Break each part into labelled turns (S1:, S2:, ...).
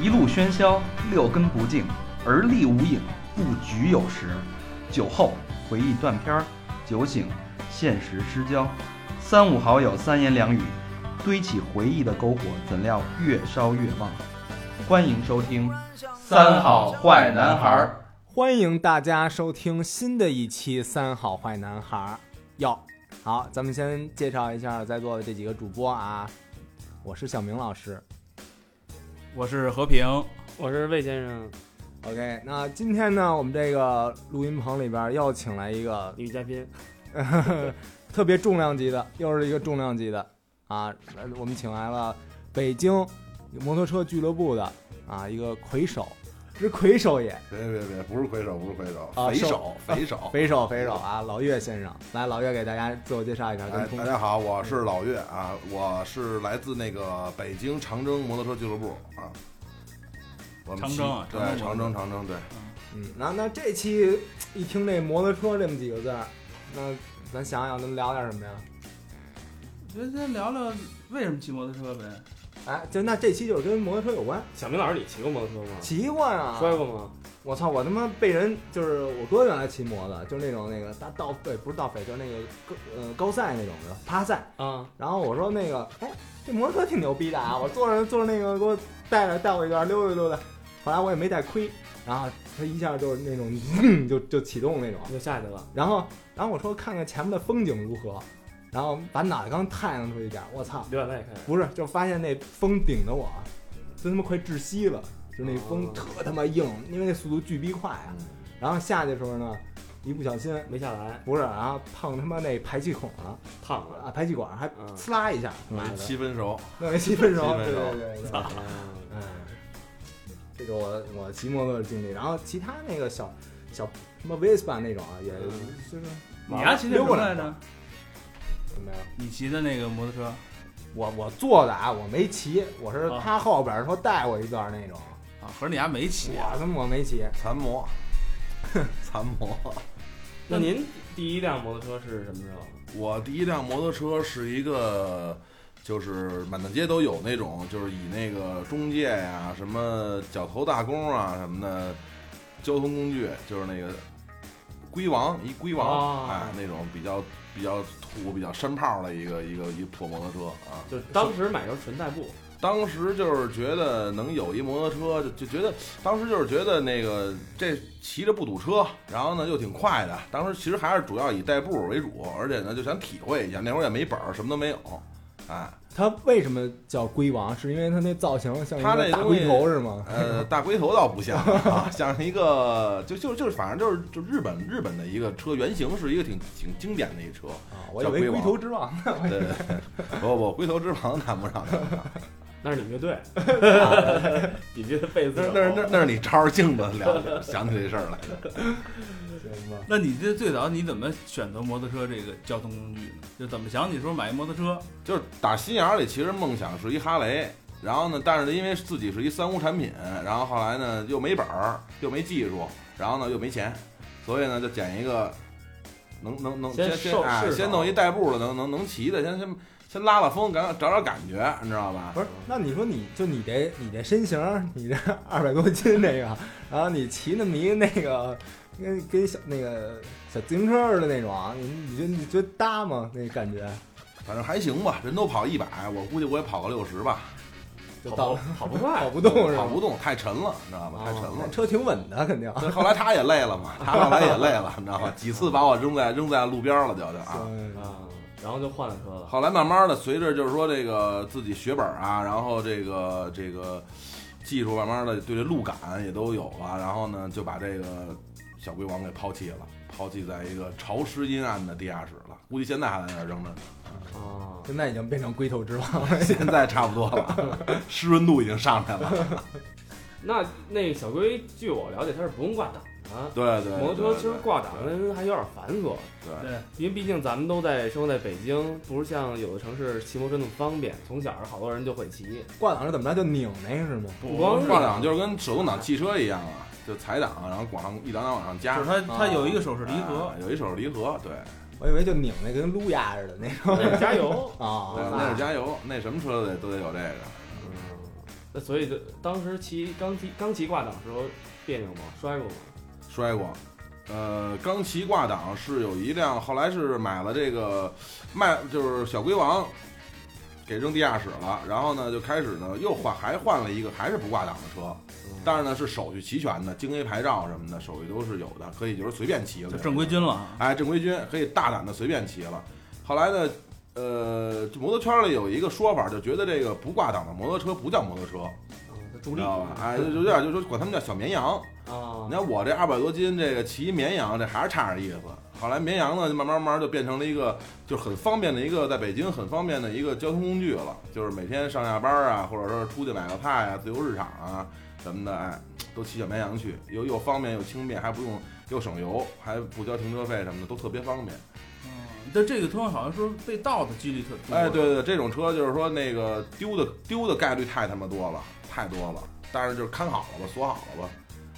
S1: 一路喧嚣，六根不净，而立无影，不局有时。酒后回忆断片儿，酒醒现实失焦。三五好友三言两语，堆起回忆的篝火，怎料越烧越旺。欢迎收听《三好坏男孩儿
S2: 欢迎大家收听新的一期《三好坏男孩儿》。哟，好，咱们先介绍一下在座的这几个主播啊。我是小明老师。
S3: 我是和平，
S4: 我是魏先生，
S2: OK，那今天呢，我们这个录音棚里边又请来一个
S4: 女嘉宾，
S2: 特别重量级的，又是一个重量级的啊！呃我们请来了北京摩托车俱乐部的啊一个魁首，是魁首爷，
S5: 别别别，呃不是魁首，不是魁首，
S2: 啊
S5: 匪首，匪首。
S2: 匪首匪首啊，老岳先生，来，老岳给大家自我介绍一下，跟
S5: 哎，
S2: 通
S5: 大家好，我是老岳啊，我是来自那个北京长征摩托车俱乐部啊。我们
S3: 长
S5: 骑
S3: 征啊
S5: 对，
S3: 长征
S5: 长征，长征，对，
S2: 嗯，那那这期一听这摩托车这么几个字儿，那咱想想能聊点什么呀？
S3: 觉得先聊聊为什么骑摩托车呗。
S2: 哎，就那这期就是跟摩托车有关，
S4: 小明老师，你骑过摩托车吗？
S2: 骑过呀，
S4: 摔过吗？
S2: 我操！我他妈被人就是我哥原来骑摩的，就是那种那个大盗匪，不是盗匪，就是那个高呃高赛那种的趴赛。
S4: 啊，
S2: 然后我说那个，哎，这摩托车挺牛逼的啊！我坐着坐着那个给我带着带我一段溜达溜达。后来我也没带亏，然后他一下就是那种、嗯就就启动那种。
S4: 你就下去了。
S2: 然后然后我说看看前面的风景如何，然后把脑袋刚探上出一点，我操！
S4: 流眼泪开始，
S2: 不是，就发现那风顶着我，真他妈快窒息了，就那风
S4: 哦
S2: 特他妈硬，因为那速度巨逼快啊。
S4: 嗯
S2: 然后下去的时候呢，一不小心
S4: 没下来，
S2: 不是，然后碰他妈那排气孔了
S4: 烫了。
S2: 啊，排气管还
S4: 嗯
S2: 呲啦一下，
S5: 我
S2: 妈
S5: 是
S2: 的，
S5: 七分熟。
S2: 弄一七分
S5: 七
S2: 钟，
S5: 分
S2: 对
S5: 熟
S2: 对对对，
S4: 啊
S2: 嗯，这个我我骑摩托的经历，然后其他那个小小什么 Vespa 那种啊，也
S4: 嗯
S2: 就是
S3: 你丫骑的什
S2: 溜
S3: 么
S2: 过来
S3: 来着？
S2: 怎么样？
S3: 你骑的那个摩托车，
S2: 我我坐的啊，我没骑，我是
S3: 啊
S2: 他后边说带我一段那种，
S3: 啊，合着你丫没骑。
S2: 我他妈我没骑，
S5: 残模， 残模。
S4: 那您第一辆摩托车是什么时候？
S5: 我第一辆摩托车是一个，就是满大街都有那种，就是以那个中介呀、什么绞头大工啊什么的交通工具，就是那个龟王一龟王，
S4: 哦
S5: 哎，那种比较比较土、比较山炮的一个一个一破摩托车啊。
S4: 就当时买的时候纯代步，
S5: 当时就是觉得能有一摩托车，就就觉得当时就是觉得那个这骑着不堵车，然后呢又挺快的。当时其实还是主要以代步为主，而且呢就想体会一下，那会儿也没本儿，什么都没有。哎，
S2: 他为什么叫龟王？是因为他那造型像一
S5: 他
S2: 个
S5: 那
S2: 大
S5: 东西
S2: 龟头是吗？
S5: 呃，大龟头倒不像啊，像一个就就就是反正就是就日本日本的一个车原型是一个挺挺经典的一车。
S2: 啊，我以
S5: 叫
S2: 为
S5: 龟
S2: 龟
S5: 王
S2: 头之王 呢。
S5: 对对对，不不，龟头之王谈不上，谈不上
S4: 那是你乐队， 你这贝斯
S5: 那
S4: 手
S5: 那那那是你照着镜子了解想起这事儿来了。
S2: 行吧
S3: 那你这最早你怎么选择摩托车这个交通工具呢？就怎么想起说买一摩托车？
S5: 就是打心眼儿里，其实梦想是一哈雷。然后呢，但是因为自己是一三无产品，然后后来呢又没本儿，又没技术，然后呢又没钱，所以呢就捡一个能能能
S4: 先
S5: 先
S4: 受
S5: 哎
S4: 试啊试
S5: 先弄一代步的，能能能骑的，先先先拉拉风，感找找感觉，你知道吧？
S2: 不是，那你说你就你这你这身形儿，你这二百多斤那个，然后你骑那么一个那个跟跟小那个小自行车似的那种啊，你你觉得你觉得搭吗？那感觉
S5: 反正还行吧，人都跑一百，我估计我也跑个六十吧，
S2: 就
S4: 跑
S2: 到
S4: 不
S2: 了
S4: 跑不快
S2: 跑，不动是
S5: 跑
S2: 吧？
S5: 不动，太沉了，你知道
S4: 哦
S5: 吧？太沉
S2: 那
S5: 了。
S2: 车挺稳的，肯定。
S5: 所以后来他也累了嘛，他后来也累了，你知道吧？几次把我扔在扔在路边儿了，就就啊。
S2: 行
S4: 啊，然后就换了车了。
S5: 后来慢慢的，随着就是说这个自己学本儿啊，然后这个这个技术慢慢的对这路感也都有了，然后呢就把这个小龟王给抛弃了，抛弃在一个潮湿阴暗的地下室了，估计现在还在那儿扔着呢，
S4: 啊，
S2: 现在已经变成龟头之王了。
S5: 现在差不多了，湿润度已经上来了。
S4: 那那小龟，据我了解，它是不用挂档的。
S5: 对对，
S4: 摩托车其实
S5: 对
S4: 挂档跟还有点繁琐，
S5: 对
S3: 对，
S4: 因为毕竟咱们都在生活在北京，不是像有的城市骑摩托车那么方便。从小好多人就会骑，
S2: 挂档是怎么着？就拧那个是吗？
S3: 不
S4: 光
S3: 是
S5: 挂档就是跟手动挡汽车一样啊，就踩档，然后往上一档档往上加
S3: 就。是它它有一个手势离合
S5: 啊啊，有一手离合，对，
S2: 我以为就拧那跟撸鸭似的那种
S4: 哎 加油！
S2: 啊。
S5: 那是加油，那什么车都得都得有这个。
S4: 嗯那所以就当时骑刚骑刚骑挂档时候别扭吗？摔过吗？
S5: 摔过。呃，刚骑挂档是有一辆，后来是买了这个卖，就是小龟王给扔地下室了，然后呢就开始呢又换还换了一个还是不挂档的车，
S4: 嗯
S5: 但是呢是手续齐全的，京 A 牌照什么的手续都是有的，可以就是随便骑了
S3: 就，正规军了啊。
S5: 哎，正规军可以大胆的随便骑了。后来呢，呃，摩托圈里有一个说法，就觉得这个不挂档的摩托车不叫摩托车，
S4: 嗯它
S5: 你
S4: 助
S5: 知
S4: 力
S5: 道吧？哎，就就有点就说管他们叫小绵羊。
S4: 啊
S5: 你，看我这二百多斤，这个骑绵羊，这还是差点意思。后来绵羊呢，就慢慢慢慢就变成了一个就是很方便的一个在北京很方便的一个交通工具了，就是每天上下班啊，或者说出去买个菜啊，自由市场啊什么的，哎，都骑小绵羊去，又又方便又轻便，还不用又省油，还不交停车费什么的，都特别方便。
S3: 嗯，但这个车好像说被盗的几率特
S6: 嗯
S3: 多。
S5: 哎，对，对，对这种车就是说那个丢的丢的概率太他妈多了，太多了。但是就是看好了吧，锁好了吧。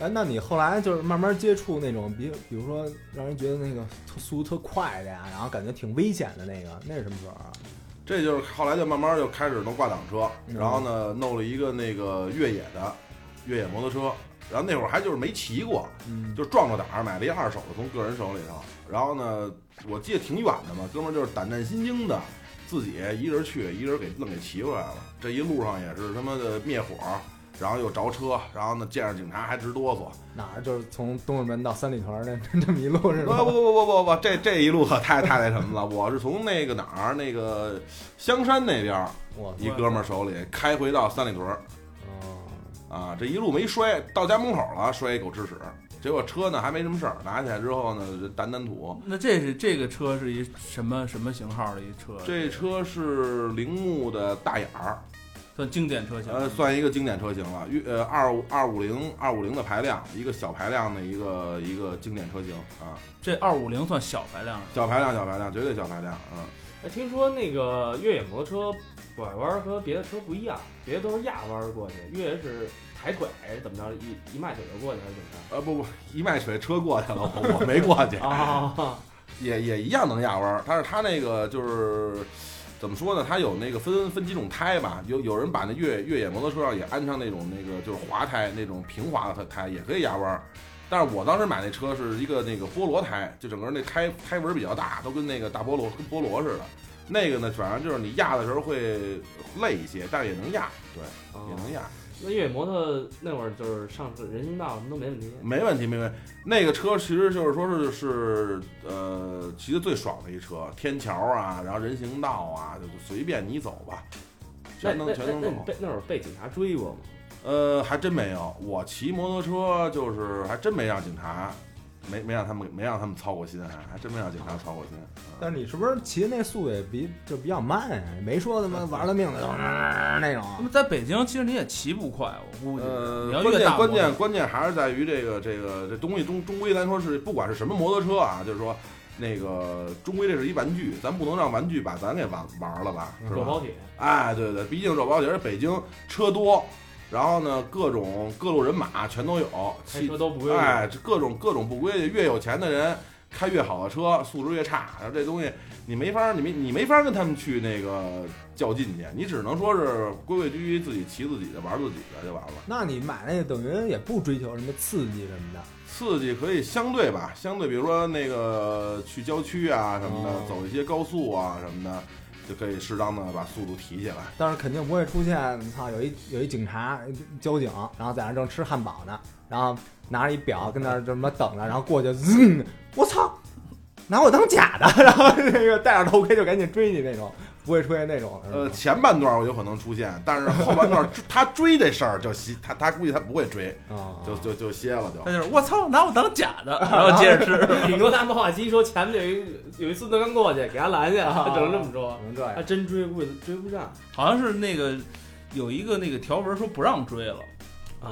S2: 哎，那你后来就是慢慢接触那种，比比如说让人觉得那个特速度特快的呀，然后感觉挺危险的那个，那是什么时候啊？
S5: 这就是后来就慢慢就开始弄挂档车，
S2: 嗯
S5: 然后呢弄了一个那个越野的越野摩托车，然后那会儿还就是没骑过，
S2: 嗯，
S5: 就撞着胆儿买了一二手的，从个人手里头。然后呢，我记得挺远的嘛，哥们儿就是胆战心惊的，自己一人去，一人给愣给骑回来了。这一路上也是他妈的灭火，然后又着车，然后呢见着警察还直哆嗦。
S2: 哪儿就是从东直门到三里屯儿那 这么一路是
S5: 不不
S2: 吧？
S5: 不不不不，这这一路可太太那什么了。我是从那个哪儿，那个香山那边儿
S2: 我
S5: 一哥们儿手里开回到三里屯儿
S2: 哦，
S5: 啊，这一路没摔，到家门口了摔一狗吃屎，结果车呢还没什么事儿，拿起来之后呢掸掸土。
S3: 那这是这个车是一什么什么型号的一车？
S5: 这车是铃木的大眼儿，
S3: 算经典车型。
S5: 呃，算一个经典车型了，越呃二五二五零二五零的排量，一个小排量的一个一个经典车型啊，
S3: 这二五零算小排量的，
S5: 小排量小排量，绝对小排量，嗯。
S4: 哎，听说那个越野摩托车拐弯儿和别的车不一样，别的都是压弯儿过去，越野是抬腿怎么着，一一迈腿就过去还是怎么着？
S5: 呃不不，一迈腿车过去了，我我没过去，
S4: 啊，
S5: 也也一样能压弯儿，但是它那个就是怎么说呢？它有那个分分几种胎吧，有有人把那越越野摩托车上也安上那种那个就是滑胎那种平滑的胎，也可以压弯儿。但是我当时买那车是一个那个菠萝胎，就整个那胎胎纹比较大，都跟那个大菠萝跟菠萝似的。那个呢，反正就是你压的时候会累一些，但是也能压，对，也能压，
S4: 那越野摩托那会儿就是上次人行道什么都没问题。
S5: 没问题，没问题。那个车其实就是说是是呃骑的最爽的一车，天桥啊，然后人行道啊，就就随便你走吧，
S4: 那
S5: 全
S4: 那
S5: 能
S4: 那
S5: 全能
S4: 那你
S5: 走。
S4: 被那会儿被警察追过吗？
S5: 呃，还真没有，我骑摩托车就是还真没让警察，没没让他们没让他们操过心，还还真没让警察操过心。
S2: 但是你是不是骑的那速度也比就比较慢呀、没说他妈玩了命的咚咚咚那
S3: 那
S2: 种。啊
S3: 么在北京其实你也骑不快，我估计。
S5: 呃
S3: 你，要
S5: 关
S3: 越
S5: 键
S3: 大
S5: 关
S3: 摩
S5: 键
S3: 托
S5: 关键还是在于这个这个这东西终终归咱说是不管是什么摩托车啊，就是说那个终归这是一玩具，咱不能让玩具把咱给玩玩了吧，是吧？
S4: 肉包铁，
S5: 哎，对对，毕竟肉包铁，而北京车多，然后呢，各种各路人马全都有，
S4: 开
S5: 汽
S4: 车都不规矩。
S5: 哎，这各种各种不规矩，越有钱的人开越好的车，素质越差，然后这东西你没法，你没你没法跟他们去那个较劲去，你只能说是规规矩矩自己骑自己的，玩自己的 就完了。
S2: 那你买那个等于也不追求什么刺激什么的，
S5: 刺激可以相对吧，相对比如说那个去郊区啊什么的，
S2: 哦
S5: 走一些高速啊什么的，就可以适当的把速度提起来。
S2: 但是肯定不会出现，操，有一有一警察交警，然后在那儿正吃汉堡呢，然后拿着一表跟那儿这么等着，然后过去， 嗯，我操，拿我当假的， 然后那个戴上头盔就赶紧追你那种，不会出现那种。
S5: 呃，前半段我有可能出现，但是后半段追他追这事儿就歇，他他估计他不会追，
S2: 啊，
S5: 就就就歇了就
S3: 他。就是我操，拿我当假的，然后接着吃。
S4: 顶多拿魔法机说前面有一有一孙子刚过去，给他拦下，
S2: 啊
S4: 只能这么说。
S2: 能这
S5: 哎
S2: 样
S4: 他真追不追不上
S3: 好像是那个有一个那个条文说不让追了，
S4: 啊！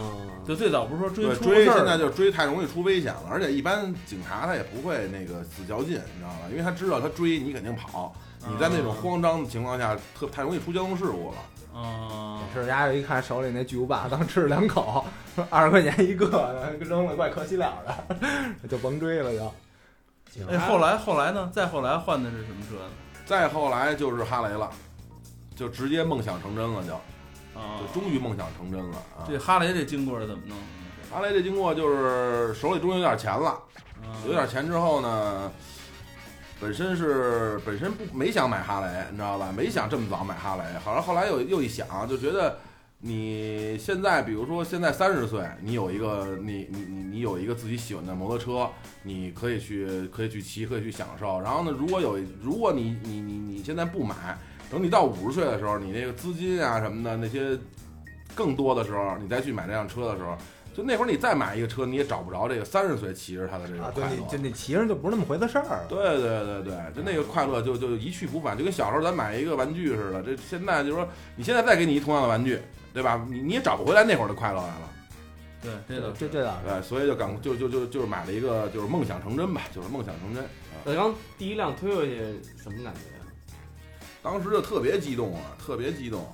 S3: 就最早不是说追
S5: 对
S3: 出
S5: 追
S3: 事儿
S5: 现
S3: 了
S5: 在就追太容易出危险了，而且一般警察他也不会那个死较劲，你知道吧？因为他知道他追你肯定跑，你在那
S6: 嗯
S3: 嗯
S5: 种慌张的情况下特太容易出交通事故了。
S3: 啊，
S2: 是人家一看手里那巨无霸，当吃了两口，二十块钱一个，扔了怪可惜了的，就甭追了就。行
S3: 哎，后来后来呢？再后来换的是什么车呢？
S5: 再后来就是哈雷了，就直接梦想成真了就。
S6: 啊
S5: 就，终于梦想成真了啊！
S6: 这哈雷这经过是怎么弄的？
S5: 阿雷这经过就是手里终于有点钱了，
S6: 啊
S5: 有
S3: 嗯
S5: 点钱之后呢，本身是本身不没想买哈雷，你知道吧？没想这么早买哈雷，好像后来又又一想，就觉得你现在比如说现在三十岁，你有一个你你你你有一个自己喜欢的摩托车，你可以去可以去骑，可以去享受。然后呢，如果有如果你你你你现在不买，等你到五十岁的时候，你那个资金啊什么的那些更多的时候，你再去买这辆车的时候。就那会儿你再买一个车，你也找不着这个三十岁骑着它的这个
S2: 啊，对
S5: 快乐。
S2: 你这你骑上就不是那么回的事儿了。
S5: 对对对对，就那个快乐就就一去不返，就跟小时候咱买一个玩具似的。这现在就是说，你现在再给你一同样的玩具，对吧？你你也找不回来那会儿的快乐来了。
S6: 对，这
S2: 这
S6: 倒
S2: 这
S6: 是
S2: 这倒是
S5: 对，所以就赶就就就就是买了一个就是梦想成真吧，就是梦想成真。啊
S4: 老刚第一辆推回去什么感觉啊？
S5: 当时就特别激动啊，特别激动，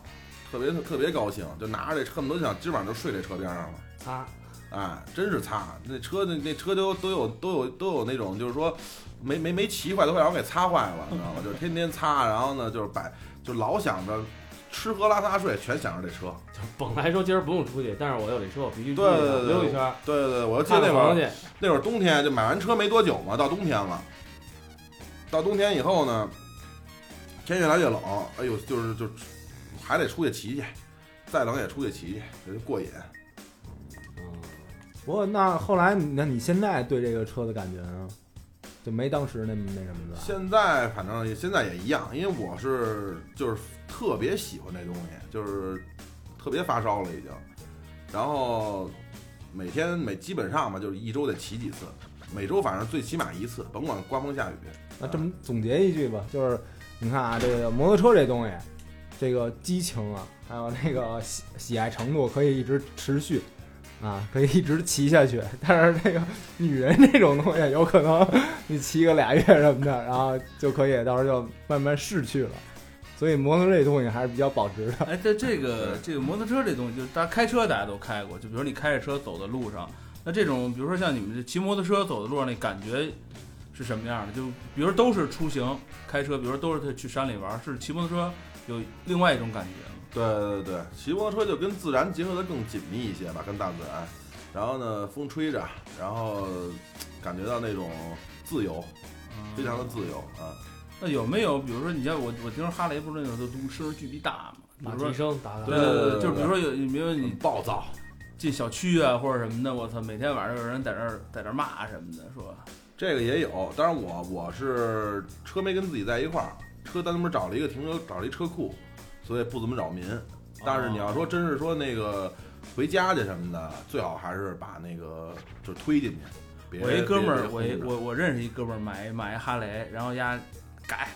S5: 特别特别高兴，就拿着这恨不得想今晚就睡这车边上了。
S4: 擦，
S5: 哎，真是擦，那车那那车都都有都有都有那种，就是说没没没骑坏都快让我给擦坏了，你知道吗？ 就是天天擦，然后呢就是摆，就老想着吃喝拉撒睡全想着这车。
S4: 就本来说今儿不用出去，但是我有这车，我必须出
S5: 对对
S4: 去
S5: 对
S4: 溜一圈儿，
S5: 对对对，我就记
S4: 看
S5: 得
S4: 看
S5: 那会
S4: 房
S5: 儿
S4: 去。
S5: 那会儿冬天就买完车没多久嘛，到冬天了，到冬天以后呢，天越来越冷，哎呦，就是就还得出去骑去，再冷也出去骑去，这就过瘾。嗯
S2: 不过那后来你，那你现在对这个车的感觉呢？就没当时那么那什么了。
S5: 现在反正也现在也一样，因为我是就是特别喜欢这东西，就是特别发烧了已经，然后每天每基本上吧，就是一周得骑几次，每周反正最起码一次，甭管刮风下雨。
S2: 那这么总结一句吧，就是你看啊，这个摩托车这东西，这个激情啊，还有那个喜喜爱程度，可以一直持续。啊，可以一直骑下去，但是这个女人这种东西，有可能你骑个俩月什么的，然后就可以到时候就慢慢逝去了。所以摩托车这东西还是比较保值的。
S6: 哎，这这个这个摩托车这东西，就是大家开车大家都开过，就比如你开着车走的路上，那这种比如说像你们这骑摩托车走的路上，那感觉是什么样的？就比如都是出行开车，比如都是去山里玩，是骑摩托车有另外一种感觉吗？
S5: 对对对，骑摩托车就跟自然结合的更紧密一些吧，跟大自然。然后呢，风吹着，然后感觉到那种自由，
S6: 嗯
S5: 非常的自由啊。
S6: 那有没有，比如说你像我，我听说哈雷不是那种就都声儿巨逼大嘛？比
S4: 马
S6: 如
S4: 蹄
S6: 说，
S4: 声打打，
S6: 对
S5: 对对
S6: 对，就是比
S5: 对
S6: 如说有，你比如说你
S5: 很暴躁，
S6: 进小区啊或者什么的，我操，每天晚上有人在那儿在那儿骂什么的，说
S5: 这个也有。当然我我是车没跟自己在一块儿，车单独找了一个停车，找了一车库，所以不怎么扰民。
S6: 哦
S5: 但是你要说真是说那个回家去什么的，最好还是把那个就推进去。别
S6: 我一哥们
S5: 别
S6: 儿，
S5: 别
S6: 我一
S5: 控制
S6: 我我认识一哥们儿买买一哈雷，然后丫改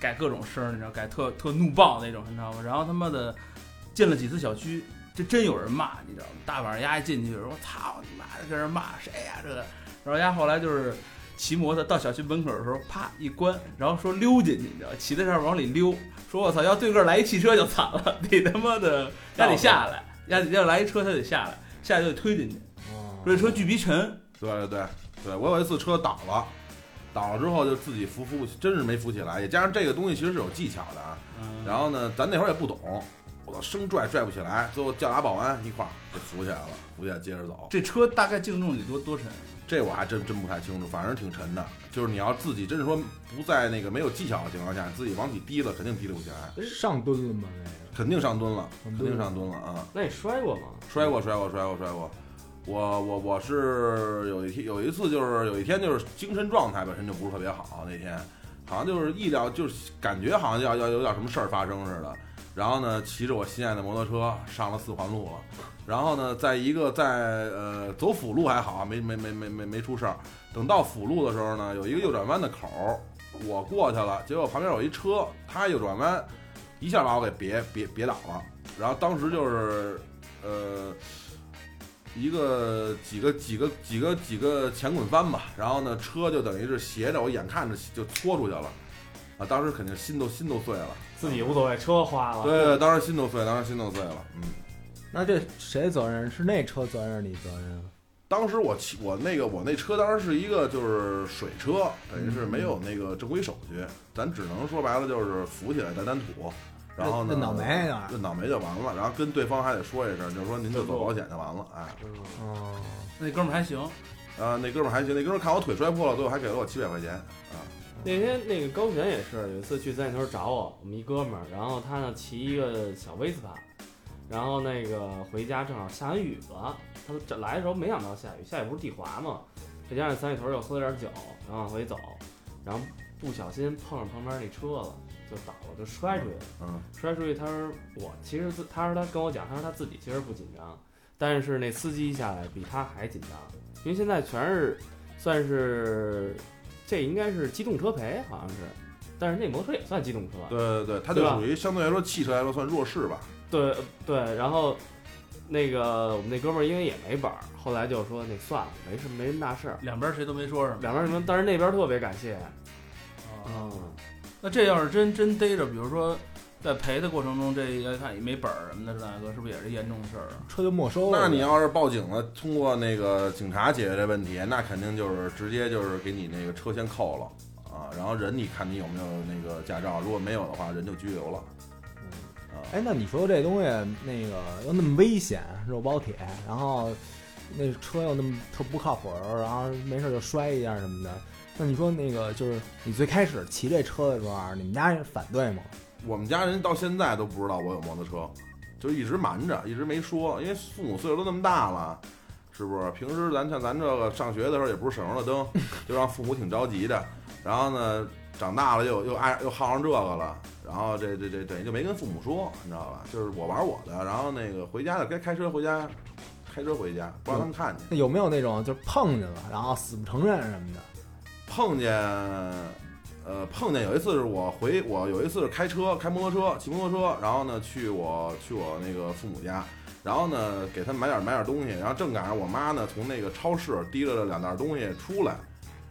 S6: 改各种声儿，你知道，改特特怒爆那种，你知道吗？然后他妈的进了几次小区，这真有人骂，你知道吗？大晚上丫一进去，有人说操你妈的，跟人骂谁呀、这个？然后丫后来就是骑摩托到小区门口的时候，啪一关，然后说溜进去，你知道，骑在上面往里溜，说我操，要对个来一汽车就惨了， 得他妈的丫得下来，丫得要来一车他得下来，下来就得推进去，说这车巨逼沉。
S5: 对对对对，我有一次车倒了，倒了之后就自己扶扶不起，真是没扶起来。也加上这个东西其实是有技巧的啊。
S6: 嗯
S5: 然后呢，咱那会儿也不懂，我操，生拽拽不起来，最后叫俩保安一块儿给扶起来了，扶起来接着走。
S6: 这车大概净重得多多沉？
S3: 啊
S5: 这我还真真不太清楚，反正挺沉的。就是你要自己真是说不在那个没有技巧的情况下，自己往起提了，肯定提溜不起来，
S2: 上吨了吗？那个
S5: 肯定上吨了，
S2: 上
S5: 肯
S2: 吨
S5: 定上吨了啊！
S4: 那你摔过吗？
S5: 摔过，摔过，摔过，摔过。我我我是有一天有一次就是有一天就是精神状态本身就不是特别好，那天好像就是意料就是感觉好像要要有点什么事儿发生似的。然后呢，骑着我心爱的摩托车上了四环路了。然后呢，在一个在呃走辅路还好，没没没没没没出事儿。等到辅路的时候呢，有一个右转弯的口儿，我过去了，结果旁边有一车，他右转弯，一下把我给别别别倒了。然后当时就是呃，一个几个几个几个几个前滚翻吧，然后呢，车就等于是斜着，我眼看着就搓出去了，啊，当时肯定心都心都碎了，
S2: 啊
S4: 自己无所谓，车花了。
S5: 对，对，当时心都碎，当时心都碎了，嗯，
S2: 那这谁责任？是那车责任，你责任啊？
S5: 当时我骑我那个我那车当时是一个就是水车，等于是没有那个正规手续，咱只能说白了就是扶起来掸掸土，然后呢
S2: 认认倒霉那儿
S5: 认倒霉就完了，然后跟对方还得说一声，就是说您就走保险就完了，哎，
S2: 哦，
S3: 那哥们儿还行，
S5: 啊，那哥们儿还行，那哥们儿看我腿摔破了，最后还给了我七百块钱啊，
S4: 那天那个高璇也是，有一次去三里屯找我，我们一哥们儿，然后他呢骑一个小威斯帕，然后那个回家正好下完雨了，他这来的时候没想到下雨，下雨不是地滑嘛，再加上三里屯又喝了点酒，然后往回走，然后不小心碰上旁边那车了，就倒了，就摔出去了。
S5: 嗯，
S4: 摔出去，他说我其实自他说他跟我讲，他说他自己其实不紧张，但是那司机下来比他还紧张，因为现在全是算是这应该是机动车赔好像是，但是那摩托车也算机动车，
S5: 对对对，他
S4: 对
S5: 就
S4: 吧
S5: 属于相对来说汽车来说算弱势吧，
S4: 对呃对，然后那个我们那哥们儿因为也没本儿，后来就说那算了，没什没什么大事儿，
S3: 两边谁都没说什么。
S4: 两边儿什么，嗯但是那边儿特别感谢，哦
S3: 啊，那这要是真真逮着，比如说在赔的过程中，这要看也没本儿什么的，这大哥是不是也是严重的事儿啊？
S2: 车就没收了。
S5: 那你要是报警了，通过那个警察解决这问题，那肯定就是直接就是给你那个车先扣了啊，然后人你看你有没有那个驾照，如果没有的话，人就拘留了啊。
S2: 哎，那你说这东西那个又那么危险，肉包铁，然后那车又那么特不靠谱，然后没事就摔一下什么的。那你说那个就是你最开始骑这车的时候啊，你们家人反对吗？
S5: 我们家人到现在都不知道我有摩托车，就一直瞒着，一直没说，因为父母岁数都那么大了，是不是？平时咱像咱这个上学的时候也不是省油的灯， 就让父母挺着急的。然后呢，长大了又又爱又好上这个了，然后这这这等于就没跟父母说，你知道吧？就是我玩我的，然后那个回家的该开车回家，开车回家，不让他们看见。
S2: 那有没有那种就是碰见了，然后死不承认什么的？
S5: 碰见，呃，碰见有一次是我回我有一次是开车开摩托车骑摩托车，然后呢去我去我那个父母家，然后呢给他们买点买点东西，然后正赶上我妈呢从那个超市提溜了两袋东西出来，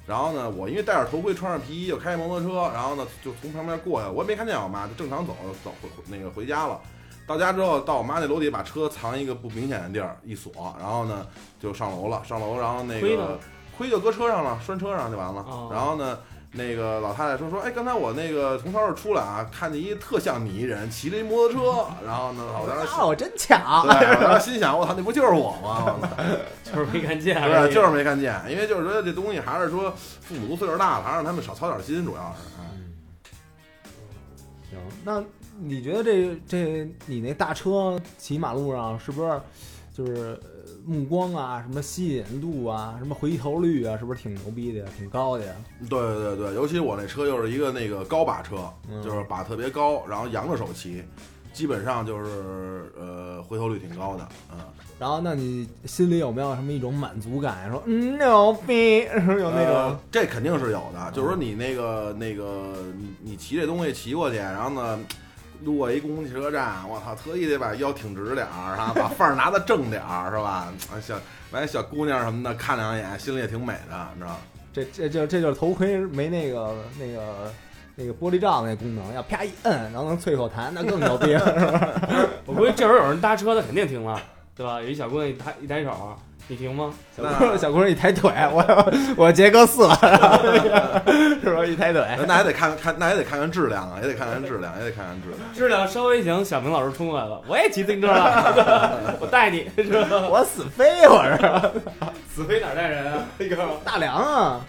S5: 然后呢我因为戴着头盔穿上皮衣就开摩托车，然后呢就从旁边过去，我也没看见我妈，就正常走走回那个回家了。到家之后，到我妈那楼底把车藏一个不明显的地儿一锁，然后呢就上楼了，上楼然后那
S4: 亏呢
S5: 个亏就搁车上了，拴车上就完了。
S4: 哦
S5: 然后呢，那个老太太说说，哎，刚才我那个从超市出来啊，看见一特像你一人骑着一摩托车，然后呢，我当 时
S2: 啊，我真巧，
S5: 对，我当时心想，我操，那不就是我吗？我操
S4: 啊就是没看 见，
S5: 不是，就是没看见，因为就是说这东西还是说父母都岁数大了，还是让他们少操点心，主要是。哎
S2: 嗯，行，那你觉得这这你那大车骑马路上是不是就是呃目光啊，什么吸引度啊，什么回头率啊，是不是挺牛逼的呀，挺高的呀？
S5: 嗯对对对，尤其我那车又是一个那个高把车，
S2: 嗯
S5: 就是把特别高，然后扬着手骑，基本上就是呃回头率挺高的，嗯。
S2: 然后，那你心里有没有什么一种满足感呀？说嗯牛逼， 是不是有那种？
S5: 呃这肯定是有的，就是说你那个那个你你骑这东西骑过去，然后呢。路过一公共汽车站，我操，特意得把腰挺直点儿啊，把范儿拿的正点儿，是吧？啊小完小姑娘什么的看两眼，心里也挺美的，你知道吗？
S2: 这这这这就是头盔没那个那个那个玻璃罩那功能，要啪一摁，然后能啐口痰，那更牛逼。
S4: 我估计这会儿有人搭车的肯定停了，对吧？有一小姑娘一抬一抬手，你停吗？
S2: 小姑娘小姑娘一抬腿，我我杰哥四了，是吧？一抬腿，
S5: 那还得看看，那也得看看质量啊，也得看看质量，也得看看质量。
S4: 质量稍微行，小明老师冲过来了，我也骑自行车了， 我带你，是吧？
S2: 我死飞，我是
S4: 死飞哪儿带人 啊？那个，
S2: 大梁啊，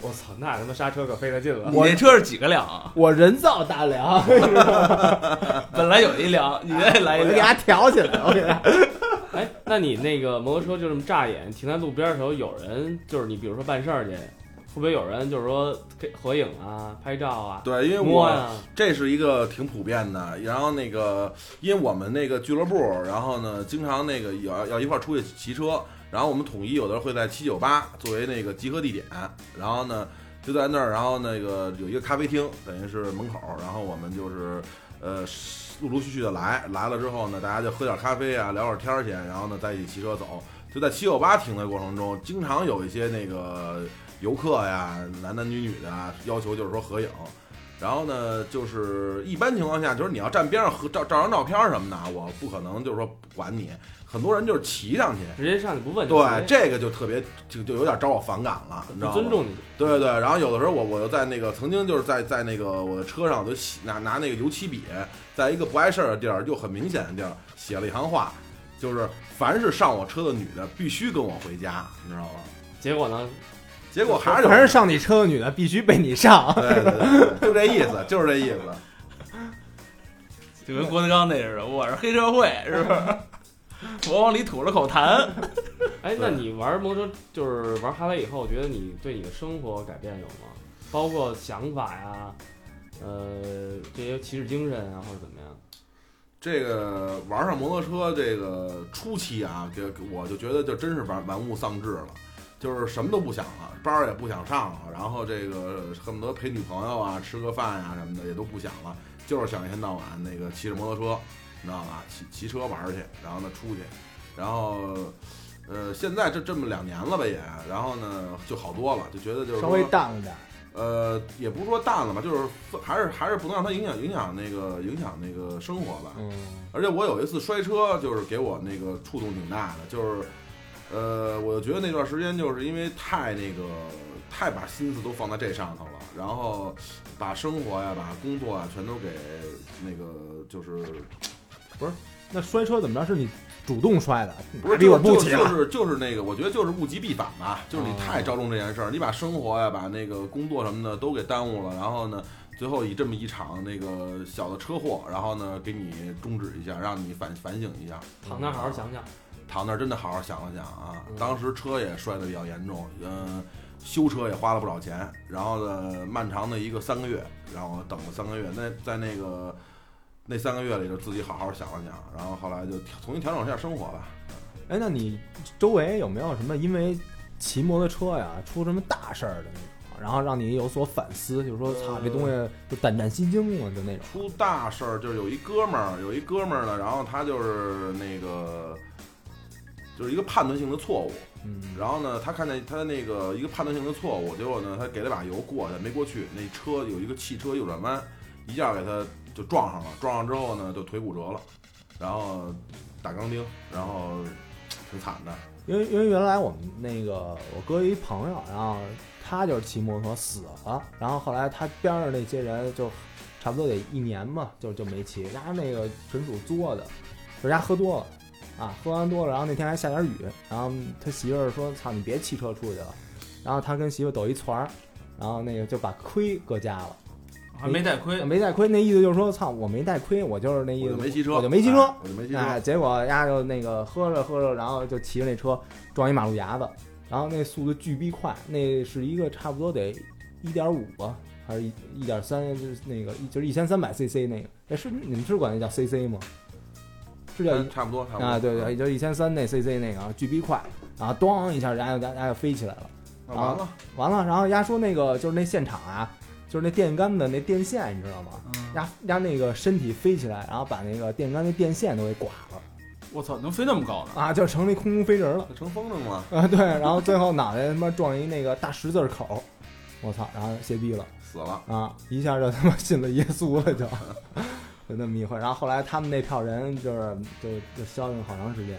S4: 我操，那他妈刹车可费了劲了。
S3: 你那车是几个梁啊？
S2: 我人造大梁，
S3: 本来有一梁，你再来一
S2: 我就给
S3: 梁。
S2: 它挑起来，我给它。
S4: 哎，那你那个摩托车就这么乍眼停在路边的时候，有人就是你，比如说办事儿去，会不会有人就是说给合影啊、拍照啊、
S5: 对，因为
S4: 摸
S5: 我
S4: 呀、
S5: 这是一个挺普遍的。然后那个，因为我们那个俱乐部，然后呢，经常那个要要一块儿出去骑车，然后我们统一有的会在七九八作为那个集合地点，然后呢就在那儿，然后那个有一个咖啡厅，等于是门口，然后我们就是呃陆陆续续的来，来了之后呢，大家就喝点咖啡啊，聊会儿天儿去，然后呢再一起骑车走。就在七九八停的过程中，经常有一些那个游客呀，男男女女的啊要求就是说合影。然后呢，就是一般情况下，就是你要站边上合照照张照片什么的，啊我不可能就是说不管你。很多人就是骑上去，
S4: 直接上去不问就
S5: 对
S4: 直接
S5: 这个就特别就就有点招我反感了，你知道
S4: 不
S5: 吗？
S4: 尊重你，
S5: 对对，然后有的时候我我就在那个曾经就是在在那个我的车上我就写拿拿那个油漆笔，在一个不碍事儿的地儿，又很明显的地儿写了一行话，就是凡是上我车的女的必须跟我回家，你知道吗？
S4: 结果呢，
S5: 结果还是有
S2: 凡是上你车的女的必须被你上，
S5: 对对对，对就这意思，就是这意思。
S3: 就跟郭德纲那似的，我是黑社会，是不是？ 我往里吐了口 痰，
S4: 哎，那
S5: 对
S4: 你玩摩托就是玩哈雷以后，我觉得你对你的生活改变有吗？包括想法呀，呃，这些骑士精神啊，或者怎么样？
S5: 这个玩上摩托车这个初期啊，给给我就觉得就真是玩玩物丧志了，就是什么都不想了，班儿也不想上了，然后这个恨不得陪女朋友啊、吃个饭呀、什么的也都不想了，就是想一天到晚那个骑着摩托车，你知道吧？骑骑车玩儿去，然后呢出去，然后呃现在这这么两年了吧也，然后呢就好多了，就觉得就是
S2: 稍
S5: 说
S2: 微淡了点儿。
S5: 呃，也不是说淡了吧，就是还是还是不能让它影响影响那个影响那个生活吧。
S2: 嗯，
S5: 而且我有一次摔车，就是给我那个触动挺大的，就是，呃，我觉得那段时间就是因为太那个太把心思都放在这上头了，然后把生活呀、把工作呀全都给那个就是
S2: 那摔车怎么着？是你主动摔的？
S5: 不是
S2: 比
S5: 就
S2: 我不
S5: 就
S2: 骑啊
S5: 就
S2: 了。
S5: 是就是那个，我觉得就是物极必反吧，就是你太着重这件事儿，你把生活呀、把那个工作什么的都给耽误了，然后呢，最后以这么一场那个小的车祸，然后呢给你终止一下，让你反反省一下。
S4: 躺那儿好好想想，
S5: 嗯躺那儿真的好好想了想啊
S4: 嗯，
S5: 当时车也摔得比较严重，嗯、修车也花了不少钱，然后呢，漫长的一个三个月，然后等了三个月，那在那个那三个月里就自己好好想了想，然后后来就调重新调整一下生活吧。
S2: 哎，那你周围有没有什么因为骑摩托车呀出什么大事儿的那种，然后让你有所反思，就是说，操，这东西就胆战心惊嘛，就那种。
S5: 出大事儿就是有一哥们儿，有一哥们儿呢，然后他就是那个就是一个判断性的错误，
S2: 嗯，
S5: 然后呢，他看见他的那个一个判断性的错误，结果呢，他给了把油过去，没过去，那车有一个汽车右转弯，一下给他就撞上了，撞上之后呢，就腿骨折了，然后打钢钉，然后挺惨的。
S2: 因为因为原来我们那个我哥一朋友，然后他就是骑摩托死了，然后后来他边上那些人就差不多得一年吧，就就没骑，人家那个纯属作的，就人家喝多了。啊，喝完多了，然后那天还下点雨，然后他媳妇儿说：“操，你别骑车出去了。”然后他跟媳妇儿抖一团儿，然后那个就把亏搁家了，
S3: 还没带
S4: 嗯
S3: 亏，
S2: 没带亏。那意思就是说，操，我没带亏，我就是那意
S5: 我
S2: 思
S5: 就，没骑车，
S2: 哎我就没骑车
S5: 哎我就没骑车。
S2: 哎，结果丫就那个喝着喝着，然后就骑着那车撞一马路牙子，然后那速度巨逼快，那是一个差不多得一点五吧，还是一一点三，就是那个一就是一千三百 CC 那个，哎，是你们是管那叫 CC 吗？是叫
S5: 嗯差不多，差不多
S2: 啊，对对，，也就是一千三那 CC 那个啊，巨逼快，然后咣一下，然后然后飞起来了。
S5: 那完了，
S2: 完了，然后丫说那个就是那现场啊，就是那电杆的那电线，你知道吗？
S3: 嗯
S2: 丫丫那个身体飞起来，然后把那个电杆那电线都给刮了
S3: 我操，能飞那么高呢？
S2: 啊，就成那空中飞人了
S5: 那成风筝了。
S2: 啊！对，然后最后脑袋他妈撞一那个大十字口，我操，然后歇逼了
S5: 死了，
S2: 啊，一下就他妈信了耶稣了就， 就那么一回。然后后来他们那票人就是就就消停好长时间。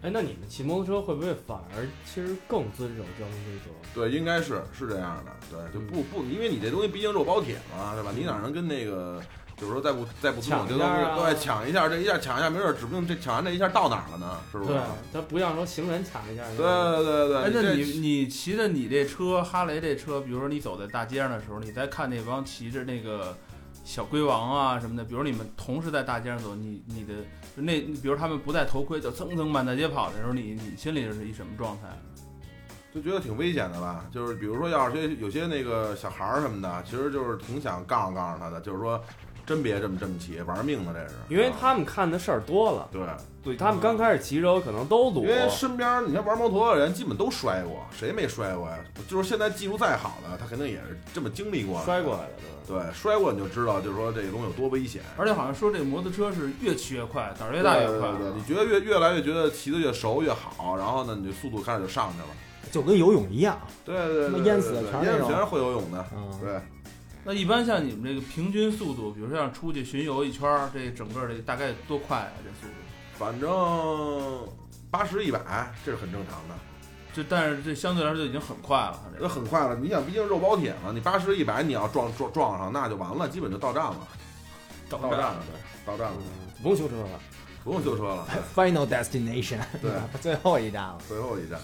S4: 哎，那你们骑摩托车会不会反而其实更遵守交通规则？
S5: 对，应该是是这样的，对，就
S4: 嗯
S5: 不不，因为你这东西毕竟肉包铁嘛，对吧？你哪能跟那个，就是说再不再不尊重
S4: 抢
S5: 这
S4: 一
S5: 东
S4: 下
S5: 西，
S4: 啊
S5: 对，抢一下，这一下抢一下，没准儿指不定这抢完这一下到哪儿了呢，是不是？
S4: 对，咱不像说行人抢一下，
S5: 对对对，
S3: 哎，那
S5: 这
S3: 你你骑着你这车哈雷这车，比如说你走在大街上的时候，你在看那帮骑着那个小龟王啊什么的，比如你们同时在大街上走，你你的就那比如他们不戴头盔就蹭蹭满大街跑的时候，你你心里是一什么状态？
S5: 就觉得挺危险的吧？就是比如说，要是些有些那个小孩儿什么的，其实就是挺想告诉告诉他的，就是说，真别这么这么骑，玩命的这是。
S4: 因为
S5: 啊
S4: 他们看的事儿多了，
S5: 对，
S4: 对他们刚开始骑车可能都堵
S5: 因，为身边儿你看玩摩托的人，基本都摔过，谁没摔过呀？就是现在技术再好的，他肯定也是这么经历过的。
S4: 摔过来的，对吧？
S5: 对，摔过你就知道，就是说这个东西有多危险。
S3: 而且好像说这摩托车是越骑越快，胆儿越大越快。啊
S5: 对对对，你觉得越越来越觉得骑得越熟越好，然后呢，你这速度开始就上去了。
S2: 就跟游泳一样，
S5: 对对
S2: 那
S5: 对，
S2: 淹死
S5: 对
S2: 全是
S5: 对
S2: 那
S5: 淹死
S2: 种
S5: 全是会游泳的。
S2: 嗯，
S5: 对，
S6: 那一般像你们这个平均速度，比如说像出去巡游一圈儿，这整个这大概多快啊？这速度？
S5: 反正八十一百这是很正常的，
S6: 这但是这相对来说就已经很快了，它这
S5: 那
S6: 个
S5: 很快了。你想，毕竟肉包铁嘛，你八十一百你要撞撞撞上，那就完了，基本就到站了，
S6: 到
S5: 到站了，对，到站了，
S4: 不用修车了，
S5: 不用修车了，
S2: Final Destination，
S5: 对，嗯
S2: 最后一站了。
S5: 最后一站。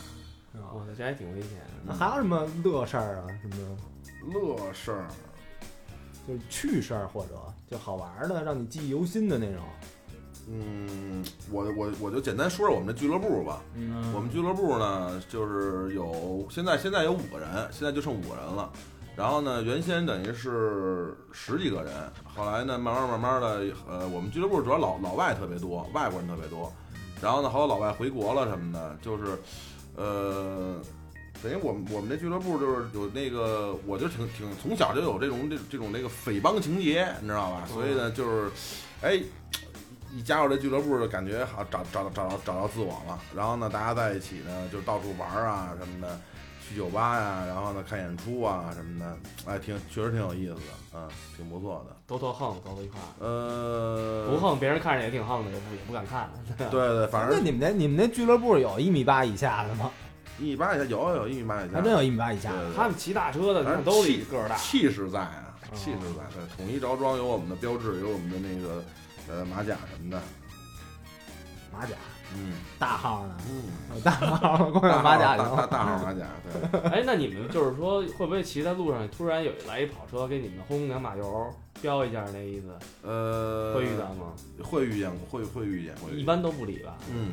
S4: 我操，这还挺危险。啊
S2: 那还有什么乐事儿啊？什么
S5: 乐事儿，
S2: 就是趣事儿，或者就好玩儿的，让你记忆犹新的那种。
S5: 嗯，我我我就简单说说我们这俱乐部吧。
S2: 嗯
S5: 我们俱乐部呢，就是有现在现在有五个人，现在就剩五个人了。然后呢，原先等于是十几个人，后来呢，慢慢慢慢的，呃，我们俱乐部主要老老外特别多，外国人特别多。然后呢，还有老外回国了什么的，就是，呃，等于我们我们这俱乐部就是有那个，我就挺挺从小就有这种这这种那个匪帮情节，你知道吧？所以
S2: 嗯
S5: 呢，就是，哎，一加入这俱乐部，感觉好找找找到找到自我了。然后呢，大家在一起呢，就到处玩儿啊什么的，去酒吧呀、然后呢看演出啊什么的，哎，挺确实挺有意思的，嗯，挺不错的。
S4: 都特横，都特一块儿。
S5: 呃，
S4: 不，横，别人看着也挺横的，也不也不敢看。
S5: 对对，反
S2: 那
S5: 正
S2: 你们那你们那俱乐部有一米八以下的吗？
S5: 一米八以下有有一米八以下，
S2: 还真有一米八以下
S5: 对
S2: 的。
S5: 对
S4: 他们骑大车的，那
S5: 反正
S4: 都得
S5: 气
S4: 个儿大。
S5: 气势在啊，气势在。对，统一着装有我们的标志，有我们的那个呃马甲什么的。
S2: 马甲
S5: 嗯
S2: 大号呢？
S5: 嗯，
S2: 有大号，光
S5: 大
S2: 有马甲
S5: 大大
S2: 行。
S5: 大号马甲， 对，
S4: 哎，那你们就是说，会不会骑在路上哎突然有一来一跑车给你们轰两把油，飙一下那意思？
S5: 呃，
S4: 会遇到吗？
S5: 会遇见，会会遇见，会遇
S4: 一
S5: 见。
S4: 般都不理吧。
S5: 嗯，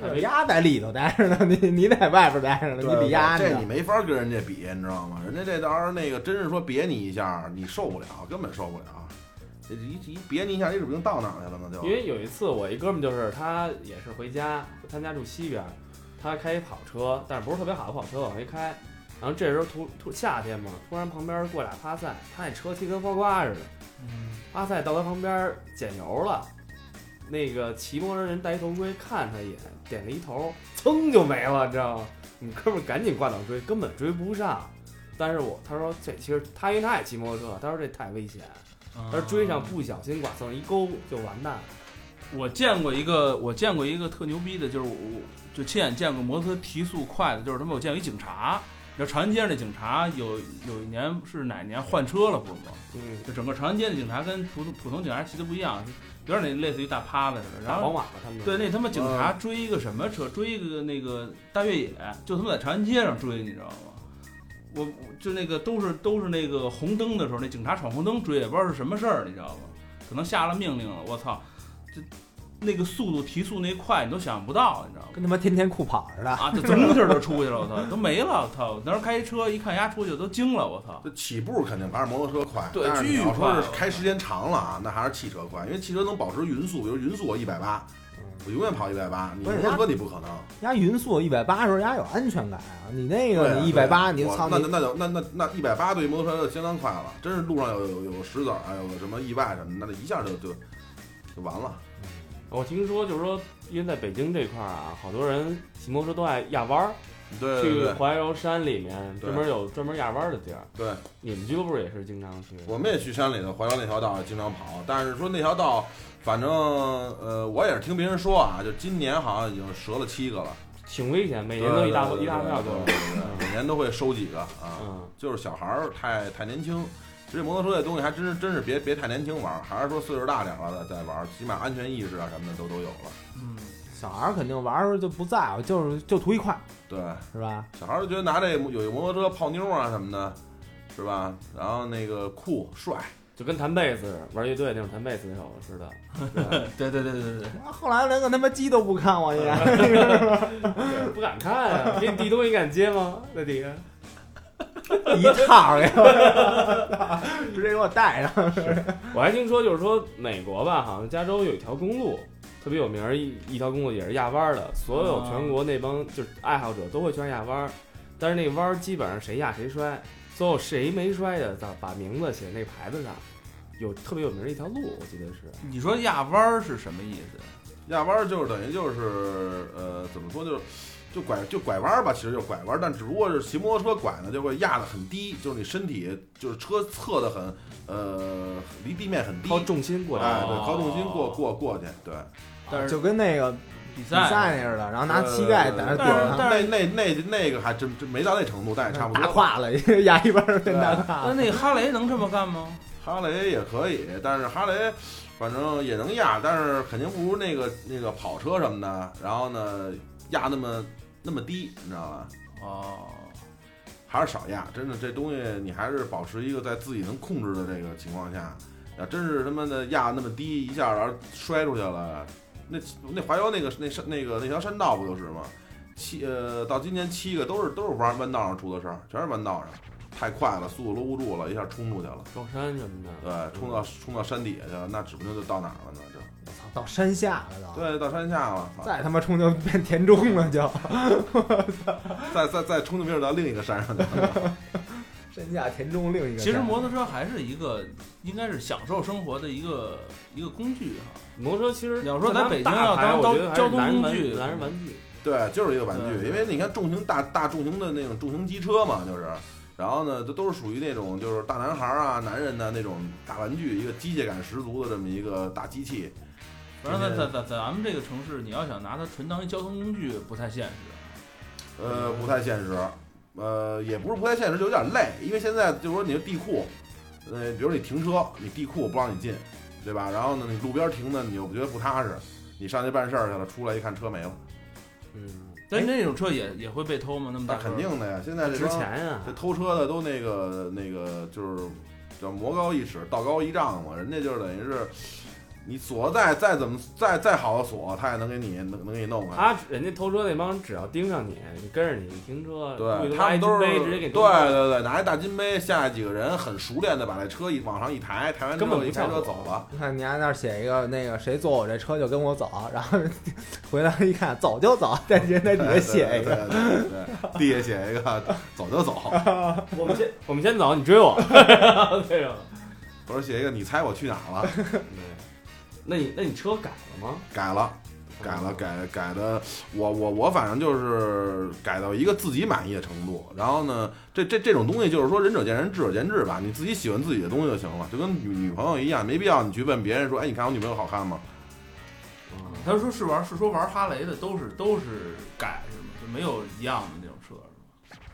S4: 太
S2: 有
S4: 危险
S2: 鸭在里头待着呢，你你在外边待着呢，
S5: 对
S2: 你比鸭
S5: 这你
S2: 呢。
S5: 没法跟人家比，你知道吗？人家这到时候那个真是说别你一下，你受不了，根本受不了。这一一别你一下，你指不定到哪儿去了呢，就
S4: 因为有一次我一哥们就是他也是回家，他家住西边儿，他开一跑车，但是不是特别好的跑车往回开，然后这时候突突夏天嘛，突然旁边过俩趴赛，他那车踢跟呱呱似的，
S3: 嗯
S4: 趴赛到他旁边减油了，那个骑摩托车人戴一头盔看他一眼，点了一头，噌就没了，你知道吗？你哥们儿赶紧挂档追，根本追不上。但是我他说这其实他因为他也骑摩托车，他说这太危险，他说追
S6: 啊
S3: 嗯
S4: 上不小心剐蹭一勾就完蛋了。
S6: 我见过一个，我见过一个特牛逼的，就是我我就亲眼见过摩托车提速快的，就是他妈我见过一警察，你知道长安街上那警察有有一年是哪年换车了不是吗？
S4: 嗯，
S6: 就整个长安街的警察跟普通普通警察骑的不一样，有点那类似于大趴子似的。然
S4: 打
S6: 后
S4: 宝马吧，他们
S6: 对，那他妈警察追一个什么车？追一个那个大越野，就他妈在长安街上追，你知道吗？我我就那个都是都是那个红灯的时候，那警察闯红灯追，也不知道是什么事儿，你知道吗？可能下了命令了，我操，这那个速度提速那快，你都想不到，你知道吗？
S2: 跟他妈天天酷跑似的，
S6: 啊， 这噌劲儿就出去了，我操，都没了，我操！那时候开一车一看，丫出去都惊了，我操！
S5: 这起步肯定还是摩托车快，
S6: 对
S5: 但是你
S6: 巨
S5: 要说
S6: 快
S5: 是开时间长了啊，那还是汽车快，因为汽车能保持匀速，比如匀速我一百八，我永远跑一百八，你
S2: 不
S5: 摩
S2: 是
S5: 托车你不可能。
S2: 鸭匀速一百八时候，鸭有安全感啊。你那
S5: 对
S2: 个
S5: 啊
S2: 你一百八，你
S5: 我
S2: 操
S5: 那
S2: 你
S5: 那那就那那那一百八对于摩托车就相当快了，真是路上有有有石子儿啊，有个什么意外什么的，那一下就就就完了。
S4: 我听说就是说，因为在北京这块儿啊，好多人骑摩托车都爱压弯儿，
S5: 对对
S4: 去
S5: 对，
S4: 怀柔山里面
S5: 对
S4: 专门有专门压弯儿的地儿。
S5: 对，
S4: 你们俱乐部也是经常去。
S5: 我们也去山里头怀柔那条道也经常跑，但是说那条道，反正呃，我也是听别人说啊，就今年好像已经折了七个了，
S4: 挺危险，每
S5: 每
S4: 年都一大一大票多。
S5: 每年都会收几个啊。
S4: 嗯，
S5: 就是小孩儿太太年轻。其实摩托车这东西还真是真是别别太年轻玩儿，还是说岁数大点儿了再再玩儿，起码安全意识啊什么的都都有了。
S6: 嗯，
S2: 小孩儿肯定玩儿就不在乎，就是就图一快，
S5: 对，
S2: 是吧？
S5: 小孩儿就觉得拿这有一摩托车泡妞啊什么的，是吧？然后那个酷帅，
S4: 就跟弹贝斯似的玩乐队那种弹贝斯那首似的。
S6: 对对对对对对。
S2: 后来连个他妈鸡都不看我一眼。
S4: 不敢看啊，给你递东西敢接吗？在底下。
S2: 一套给我，直接给我带上。
S4: 我还听说，就是说美国吧，好像加州有一条公路特别有名儿，一一条公路也是压弯儿的，所有
S6: 啊
S4: 全国那帮就是爱好者都会圈压弯儿，但是那弯儿基本上谁压谁摔，最后谁没摔的，把把名字写在那牌子上。有特别有名儿的一条路，我记得是
S6: 你说压弯儿是什么意思？
S5: 压弯儿就是等于就是呃怎么说就是就拐就拐弯儿吧，其实就拐弯儿，但只不过是骑摩托车拐呢，就会压得很低，就是你身体就是车侧得很，呃，离地面很低，
S4: 靠重心过
S5: 哎，
S4: 来。
S5: 对，高重心过过过去，对，
S6: 但是
S2: 就跟那个
S6: 比
S2: 比
S6: 赛啊
S2: 赛那似的，然后拿膝盖在那顶
S6: 但是
S2: 上，
S5: 那呃那那那个还真真没到那程度，但也差不
S2: 打
S5: 多。
S2: 胯了，压一半儿被打胯
S6: 那
S2: 了。
S6: 那哈雷能这么干吗？
S5: 哈雷也可以，但是哈雷反正也能压，但是肯定不如那个那个跑车什么的。然后呢，压那么那么低，你知道吧？
S6: 哦，
S5: 还是少压，真的这东西你还是保持一个在自己能控制的这个情况下。要真是他妈的压那么低一下，然后摔出去了，那那华侨那个那山那个那条山道不就是吗？七呃，到今年七个都是都是弯弯道上出的事儿，全是弯道上，太快了，速度搂不住了，一下冲出去了。
S4: 撞山什么的，
S5: 对，冲到冲到山底下去了，那指不定就到哪儿了呢，就
S2: 操，到山下了都，
S5: 对，到山下了，操
S2: 再他妈冲就变田中了，就
S5: 再再再冲就没准到另一个山上去了。
S2: 山下田中另一个山。
S6: 其实摩托车还是一个应该是享受生活的一个一个工具哈、
S4: 摩托车其实
S6: 你要说
S4: 在
S6: 咱北京
S4: 大
S6: 要
S4: 牌
S6: 当
S4: 我
S6: 当
S4: 觉得还是
S6: 交通
S4: 男人
S6: 工
S4: 玩
S6: 具
S4: 男人玩具，
S5: 对，就是一个玩具，
S4: 对
S5: 因为你看重型大大重型的那种重型机车嘛，就是，然后呢，这都是属于那种就是大男孩儿啊、男人的那种大玩具，一个机械感十足的这么一个大机器。
S6: 反正在在在咱们这个城市，你要想拿它纯当一交通工具，不太现实。
S4: 嗯
S5: 呃，不太现实，呃，也不是不太现实，就有点累，因为现在就是说你的地库，呃，比如你停车，你地库不让你进，对吧？然后呢，你路边停的，你又觉得不踏实，你上去办事儿去了，出来一看车没了，
S4: 嗯，
S6: 但那种车也也会被偷吗？那么
S5: 哎那
S6: 大车
S5: 肯 定的呀。现在这
S4: 值
S5: 帮
S4: 钱呀
S5: 这。偷车的都那个那个就是叫魔高一尺，道高一丈嘛，人家就是等于是。你锁再再怎么再再好的锁，他也能给你能能给你弄开。
S4: 他人家偷车那帮人只要盯上你，你跟着你，你停车，故意
S5: 对，
S4: 都
S5: 他
S4: 拿一
S5: 们都
S4: 金
S5: 是
S4: 杯直接给
S5: 对
S4: 丢了
S5: 对对，拿一大金杯，下来几个人很熟练的把那车一往上一抬，抬完之
S4: 根本
S5: 后
S4: 不
S5: 一开
S4: 上
S5: 车
S4: 锁
S5: 走了。
S2: 你看你还那儿写一个那个谁坐我这车就跟我走，然后回来一看走就走，在人在底下写一个，
S5: 对，对对对对地下写一个，走就走，
S4: 我们
S6: 啊
S4: 先我们先走，你追 我，对
S1: 啊
S4: 种。
S5: 或者写一个你猜我去哪儿了，
S4: 那你那你车改了吗？
S5: 改了。改了，改了改的，我我我反正就是改到一个自己满意的程度。然后呢，这这这种东西就是说仁者见仁，智者见智吧，你自己喜欢自己的东西就行了，就跟女女朋友一样，没必要你去问别人说，哎，你看我女朋友好看吗？
S4: 嗯
S6: 他说是玩是说玩哈雷的都是都是改是吗？就没有一样的那种车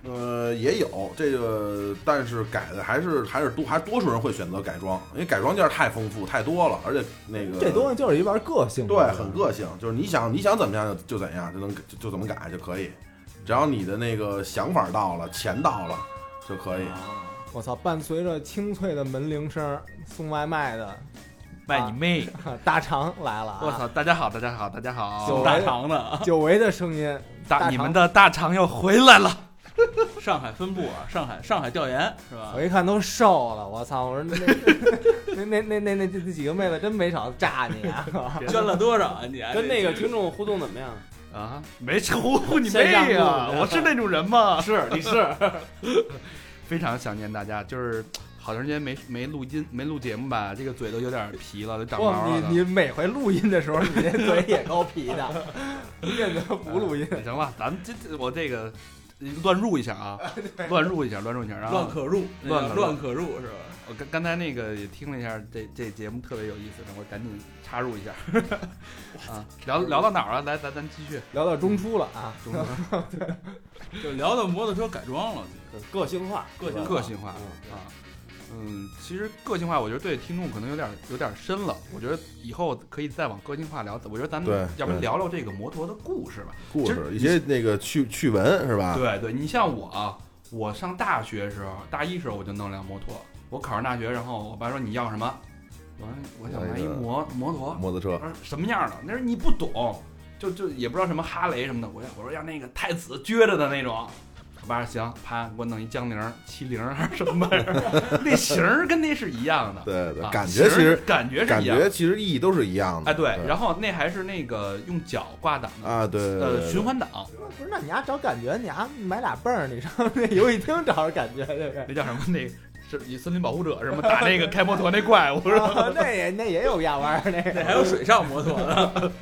S6: 是
S5: 呃，也有这个，但是改的还是还是多，还多数人会选择改装，因为改装件太丰富太多了，而且那个
S2: 这东西就是一玩个性的，
S5: 对，很个性，就是你想你想怎么样就就怎样，就能就就怎么改就可以，只要你的那个想法到了，钱到了就可以
S6: 吗。？啊，
S2: 我操，伴随着清脆的门铃声，送外卖的
S1: 卖你妹！
S2: 大肠来了、啊，
S1: 我！操！大家好，大家好，大家
S2: 就
S1: 好！
S6: 大肠的，
S2: 久违的声音，
S1: 大
S2: 肠
S1: 你们的大肠又回来了。
S6: 上海分部啊，上海上海调研是吧
S2: 我？一看都瘦了，我操！我说那 那那那那那那几个妹子真没少炸你啊！
S6: 捐了多少啊你啊？
S4: 跟那个
S6: 这
S4: 听众互动怎么样？
S1: 啊，没糊糊你
S4: 线下
S1: 妹啊！
S4: 录的
S1: 我是那种人吗？
S4: 啊是，你是
S1: 非常想念大家，就是好长时间没没录音没录节目吧，这个嘴都有点皮了，都长毛
S2: 哇，
S5: 啊
S1: 了都。
S2: 你你每回录音的时候，你那嘴也够皮的，一点都不录音。
S1: 行了，咱们这这我这个乱入一下 啊，乱入一下，乱入一下。然后
S6: 乱可入，那
S1: 乱
S6: 个
S1: 可入
S6: 乱可入是吧？
S1: 我刚刚才那个也听了一下，这这节目特别有意思，让我赶紧插入一 下。啊，聊聊到哪儿了？来，咱咱继续。
S2: 聊到中出了啊，
S1: 中 国
S6: 就聊到摩托车改装了，
S4: 个性化，
S6: 个性化
S1: 个性化
S4: 嗯
S1: 啊，嗯，其实个性化，我觉得对听众可能有点有点深了。我觉得以后可以再往个性化聊。我觉得咱
S5: 对
S1: 们要不然
S5: 对
S1: 聊聊这个摩托的故事吧。
S5: 故
S1: 其
S5: 事
S1: 实
S5: 一些那个趣趣闻是吧？
S1: 对对，你像我啊，我上大学时候，大一时候我就弄辆摩托。我考上大学，然后我爸说你要什么？我说我想买一摩 摩托。
S5: 摩托车
S1: 我说什么样的？那是你不懂，就就也不知道什么哈雷什么的。我要我说要那个太子撅着的那种。我爸说行，啪，给我弄一江铃儿、七零儿还是什么玩意儿， 那型儿跟那是一样的。
S5: 对对
S1: 啊，
S5: 感觉其
S1: 型儿
S5: 实
S1: 感觉是
S5: 感
S1: 一样的。
S5: 觉其实意义都是一样的。
S1: 哎，对，
S5: 后
S1: 然后那还是那个用脚挂档的，
S5: 啊对，对对
S1: 呃，
S5: 对
S1: 循环档，
S2: 不是？那你丫找感觉，你还买俩泵儿，你上那游戏厅找着感觉对不对？
S1: 那叫什么？那是以森林保护者什么打那个 开
S2: 哦
S1: 摩托那怪物是吧？
S2: 啊那也那也有压弯儿那
S6: 那
S2: 个。
S6: 还有水上摩托呢。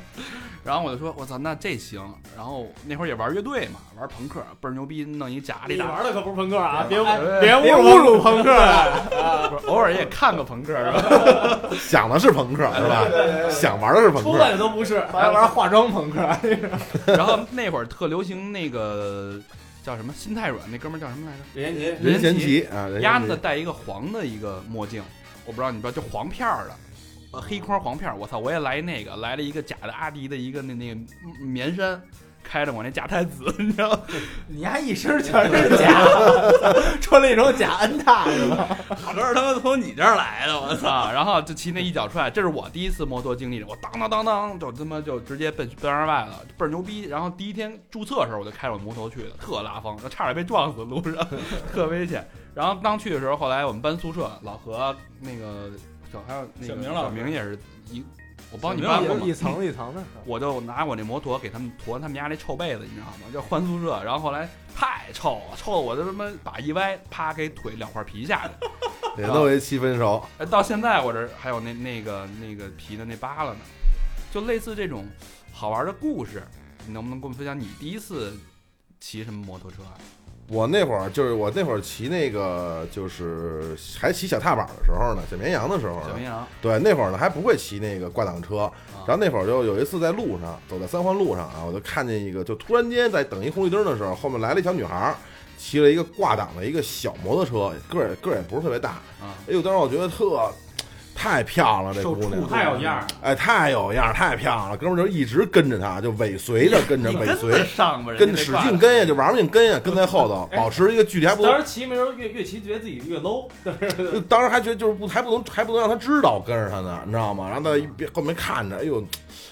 S1: 然后我就说，我操，那这行。然后那会儿也玩乐队嘛，玩朋克，倍儿牛逼，弄一假里
S4: 你
S1: 打，
S4: 玩的可不是朋克啊，别
S2: 哎
S4: 别
S2: 别
S4: 侮辱朋克啊！
S1: 不是偶尔也看个朋克是 吧？
S5: 想的是朋克是吧？想玩的是朋
S4: 出来
S5: 克，
S4: 的都不是，
S2: 还玩化妆朋克，
S1: 然后那会儿特流行那个叫什么心太软，那哥们儿叫什么来着？
S4: 任贤齐
S5: 任贤
S1: 贤齐
S5: 齐啊，任
S1: 鸭
S5: 贤
S1: 子
S5: 齐
S1: 戴一个黄的一个墨镜，我不知道你知道，就黄片儿的，呃，黑框黄片儿。我操，我也来那个，来了一个假的阿迪的一个那那个棉衫，开着我那假太子，你知道吗？
S2: 你还一身全是 假，穿了一种假恩踏是吧？
S1: 好多是他妈从你这儿来的，我操！啊然后就骑那一脚踹，这是我第一次摩托经历，我当当当当就他妈就直接奔奔二外了，倍儿牛逼。然后第一天注册的时候，我就开着我摩托去的，特拉风，差点被撞死路上， 特危险。然后刚去的时候，后来我们班宿舍老何那个小还有那个
S6: 小明老师
S1: 小明也是一，我
S5: 哦
S1: 帮你
S6: 小
S1: 搬
S6: 明
S1: 过
S6: 也
S1: 嘛
S2: 一，层一层的，
S1: 我就拿我那摩托给他们驮他们家那臭被子，你知道吗？就换宿舍，然后后来太臭了，臭的我就他妈把一歪，啪给腿两块皮下去。
S5: 也都为七分熟，
S1: 哎，到现在我这儿还有那那个那个皮的那疤了呢，就类似这种好玩的故事，你能不能跟我们分享你第一次骑什么摩托车啊？
S5: 我那会儿就是我那会儿骑那个就是还骑小踏板的时候呢，小绵羊的时候
S1: 小
S5: 呢
S1: 绵， 羊，
S5: 对，那会儿呢还不会骑那个挂挡车，然后那会儿就有一次在路上走在三环路上啊，我就看见一个，就突然间在等一红绿灯的时候，后面来了一小女孩儿，骑了一个挂挡的一个小摩托车，个儿个儿也不是特别大，
S1: 啊
S5: 哎呦，当时我觉得特太漂亮了，这
S1: 受
S5: 姑娘
S1: 触动
S4: 太有样儿了。
S5: 哎，太有样儿，太漂亮了，哥们儿就一直跟着她，就尾随着跟着，尾
S6: 哎
S1: 得
S5: 随，
S1: 上吧，人
S5: 跟
S1: 家
S5: 使
S1: 那挂
S5: 劲跟呀，就玩命跟呀，跟在后头，保持一个距离还不，
S4: 当时骑没时候越越骑觉得自己越 low，
S5: 当时还觉得就是不还不能还不能让她知道我跟着她呢，你知道吗？然后在一边后面看着，哎呦，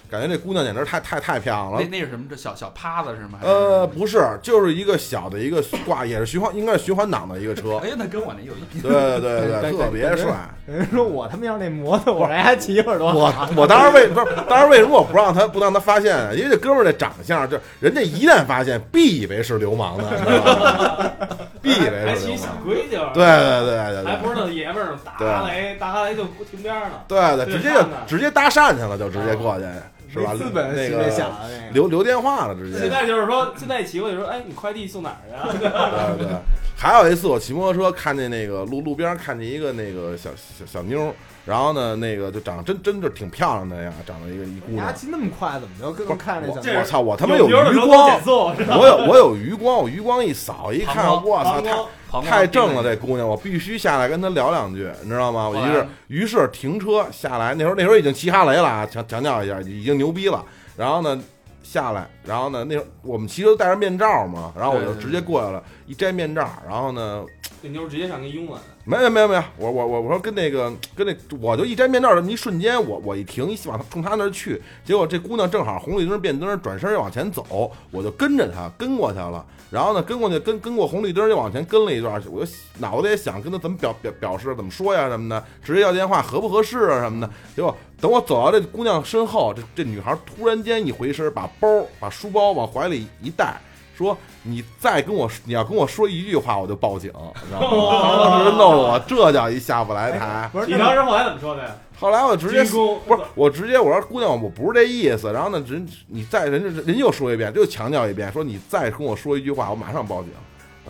S5: 感觉这姑娘简直太太太漂亮
S1: 那
S5: 了。
S1: 那是什么？这小小趴子是吗？还是
S5: 呃，，不是，就是一个小的一个挂，也是循环，应该是循环档的一个 车。
S1: 哎呀，那跟我那有一拼。
S5: 对对对
S2: 对
S5: 对，
S2: 对
S5: 特别
S2: 对对
S5: 帅。
S2: 有人说我他妈要那摩托，我来还骑一会儿多好。
S5: 我我当时为不是，当时为什么我不让他不让他发现啊？因为这哥们儿这长相，就人家一旦发现，必以为是流氓的，你知道吗？ 必以
S4: 还
S5: 为是
S4: 骑
S5: 流
S4: 小
S5: 氓。
S4: 规矩，
S5: 对，对对对
S4: 还不
S5: 对
S4: 是那爷们儿，打
S5: 对
S4: 哈雷，打哈雷就停边儿了。
S5: 对对，直接就
S4: 对
S5: 直接搭讪去了，就直接过去是吧？
S2: 没资本
S5: 那
S2: 骑这小
S5: 个
S2: 的那个，
S5: 留留电话了，直接。
S4: 现在就是说，现在骑过去说，哎，你快递送哪儿啊？
S5: 对对对，还有一次我骑摩托车看见那个路路边看见一个那个小小小妞儿，然后呢那个就长得真真就挺漂亮的呀，长得一个一姑
S2: 你还
S5: 娘。
S2: 骑那么快，怎么就跟
S5: 不是
S2: 看着小
S4: 这
S2: 的
S4: 是
S5: 我操！我 他妈
S4: 有妞儿的
S5: 余
S4: 时候
S5: 光
S4: 减，速， 是吧
S5: 我有我有余光，我余光一扫一看，
S1: 膀
S5: 我操，
S4: 膀
S5: 太
S4: 胱
S1: 膀胱
S5: 太正了，这姑娘，我必须下来跟她聊两句，你知道吗？我于
S1: 后来
S5: 是
S1: 呢
S5: 于是停车下来，那时候那时候已经骑哈雷了啊，强强调一下，已经牛逼了。然后呢，下来，然后呢，那时候我们骑车都戴着面罩嘛，然后我
S1: 对
S5: 就
S1: 对
S5: 直接过来了，一摘面罩，然后呢，
S4: 这妞儿直接上跟拥 吻，
S5: 没有没有没有，我我我我说跟那个跟那，我就一摘面罩这么一瞬间，我我一停，一往冲他那儿去，结果这姑娘正好红绿灯变灯，转身要往前走，我就跟着她跟过去了，然后呢跟过去跟跟过红绿灯又往前跟了一段，我就脑子也想跟她怎么表表表示怎么说呀什么的，直接要电话合不合适啊什么的，结果等我走到这姑娘身后，这这女孩突然间一回身，把包把书包往怀里一带。说你再跟我你要跟我说一句话，我就报警，你知道
S4: 哦
S5: 吗？当时弄得我这叫一下不来台。
S2: 哎不是
S4: 你当时后来怎么说的呀？
S5: 后来我直接
S4: 军工
S5: 不是我直接我说姑娘，我不是这意思。然后呢，人你再人家人又说一遍，又强调一遍，说你再跟我说一句话，我马上报警。